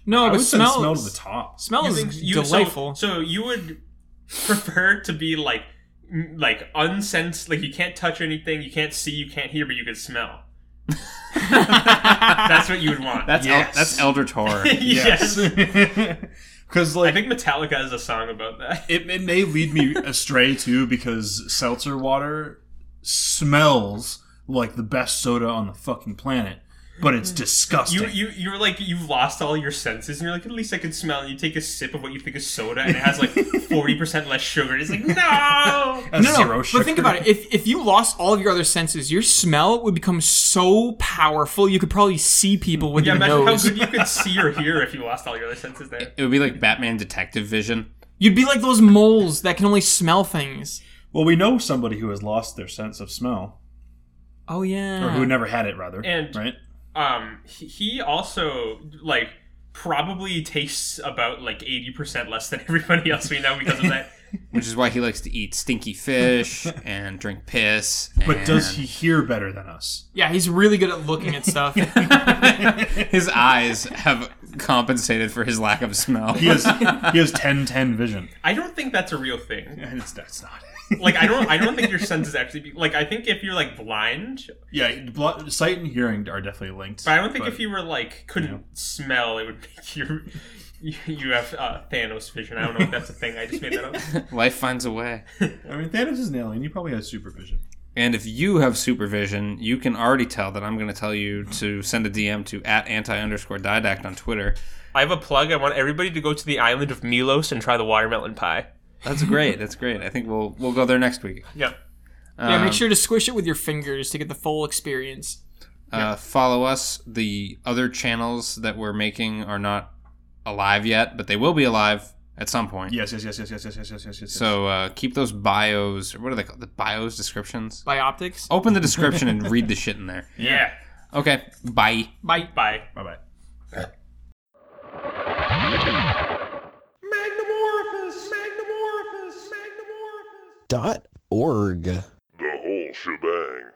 no,
I
but
would send
smell.
smell to the top.
smell is
think you- so-
delightful.
So, you would prefer to be like m- like unsensed, like you can't touch anything, you can't see, you can't hear, but you can smell. That's what you would want.
That's El-
Yes.
that's Elder
[LAUGHS]
Tor.
[LAUGHS] yes.
[LAUGHS] Because
I
like
think Metallica has a song about that. [LAUGHS]
it, it may lead me astray too because seltzer water smells like the best soda on the fucking planet, but it's disgusting.
You you you're like you've lost all your senses, and you're like at least I can smell. And you take a sip of what you think is soda, and it has like forty percent less sugar. It's
[LAUGHS]
like no.
That's
No,
zero
no,
sugar.
but think about it. If if you lost all of your other senses, your smell would become so powerful you could probably see people with
Yeah,
your
imagine
nose.
how good you could see or hear if you lost all your other senses there.
It would be like Batman Detective Vision.
You'd be like those moles that can only smell things.
Well, we know somebody who has lost their sense of smell,
Oh yeah.
or who never had it, rather.
Uh-huh. And-
right?
Um, he- he also like probably tastes about like eighty percent less than [LAUGHS] everybody else we know because of that.
Which is why he likes to eat stinky
[LAUGHS]
fish and drink piss.
But
and-
does he hear better than us?
yeah, he's really good at looking at
[LAUGHS]
stuff.
His eyes have compensated for his lack of smell.
He has he has 10-10 vision,
I don't think that's a real
[LAUGHS]
thing.
[LAUGHS] and it's that's not.
Like I don't I don't think your senses actually be, like I think if you're like blind,
yeah, blo- sight and hearing are definitely linked.
But I don't think if you were like couldn't smell, it would make you [LAUGHS] you, you have uh, Thanos vision. I don't know if that's a thing. I just made that
[LAUGHS]
up.
Life finds a way.
I mean, Thanos is an alien. He probably has supervision.
And if you have supervision, you can already tell that I'm going to tell you to send a DM to at anti underscore didact on Twitter.
[LAUGHS] I have a plug. I want everybody to go to the island of Milos and try the watermelon pie.
That's great. That's great. I think we'll we'll go there next week. Um,
Yeah.
Yeah,
Um,
make sure to squish it with your fingers to get the full experience.
Uh, follow us. The other channels that we're making are not alive yet, but they will be alive at some point.
Yes, yes, yes, yes, yes, yes, yes, yes, yes, yes.
So uh, keep those bios, or what are they called? The bios descriptions?
By optics.
Oh.
Open the description and read the shit in there.
Yeah.
Okay, bye.
Bye.
Bye.
bye bye.
Magnum Orpheus! Magnum Orpheus! Magnum Orpheus!
dot org.
The whole shebang.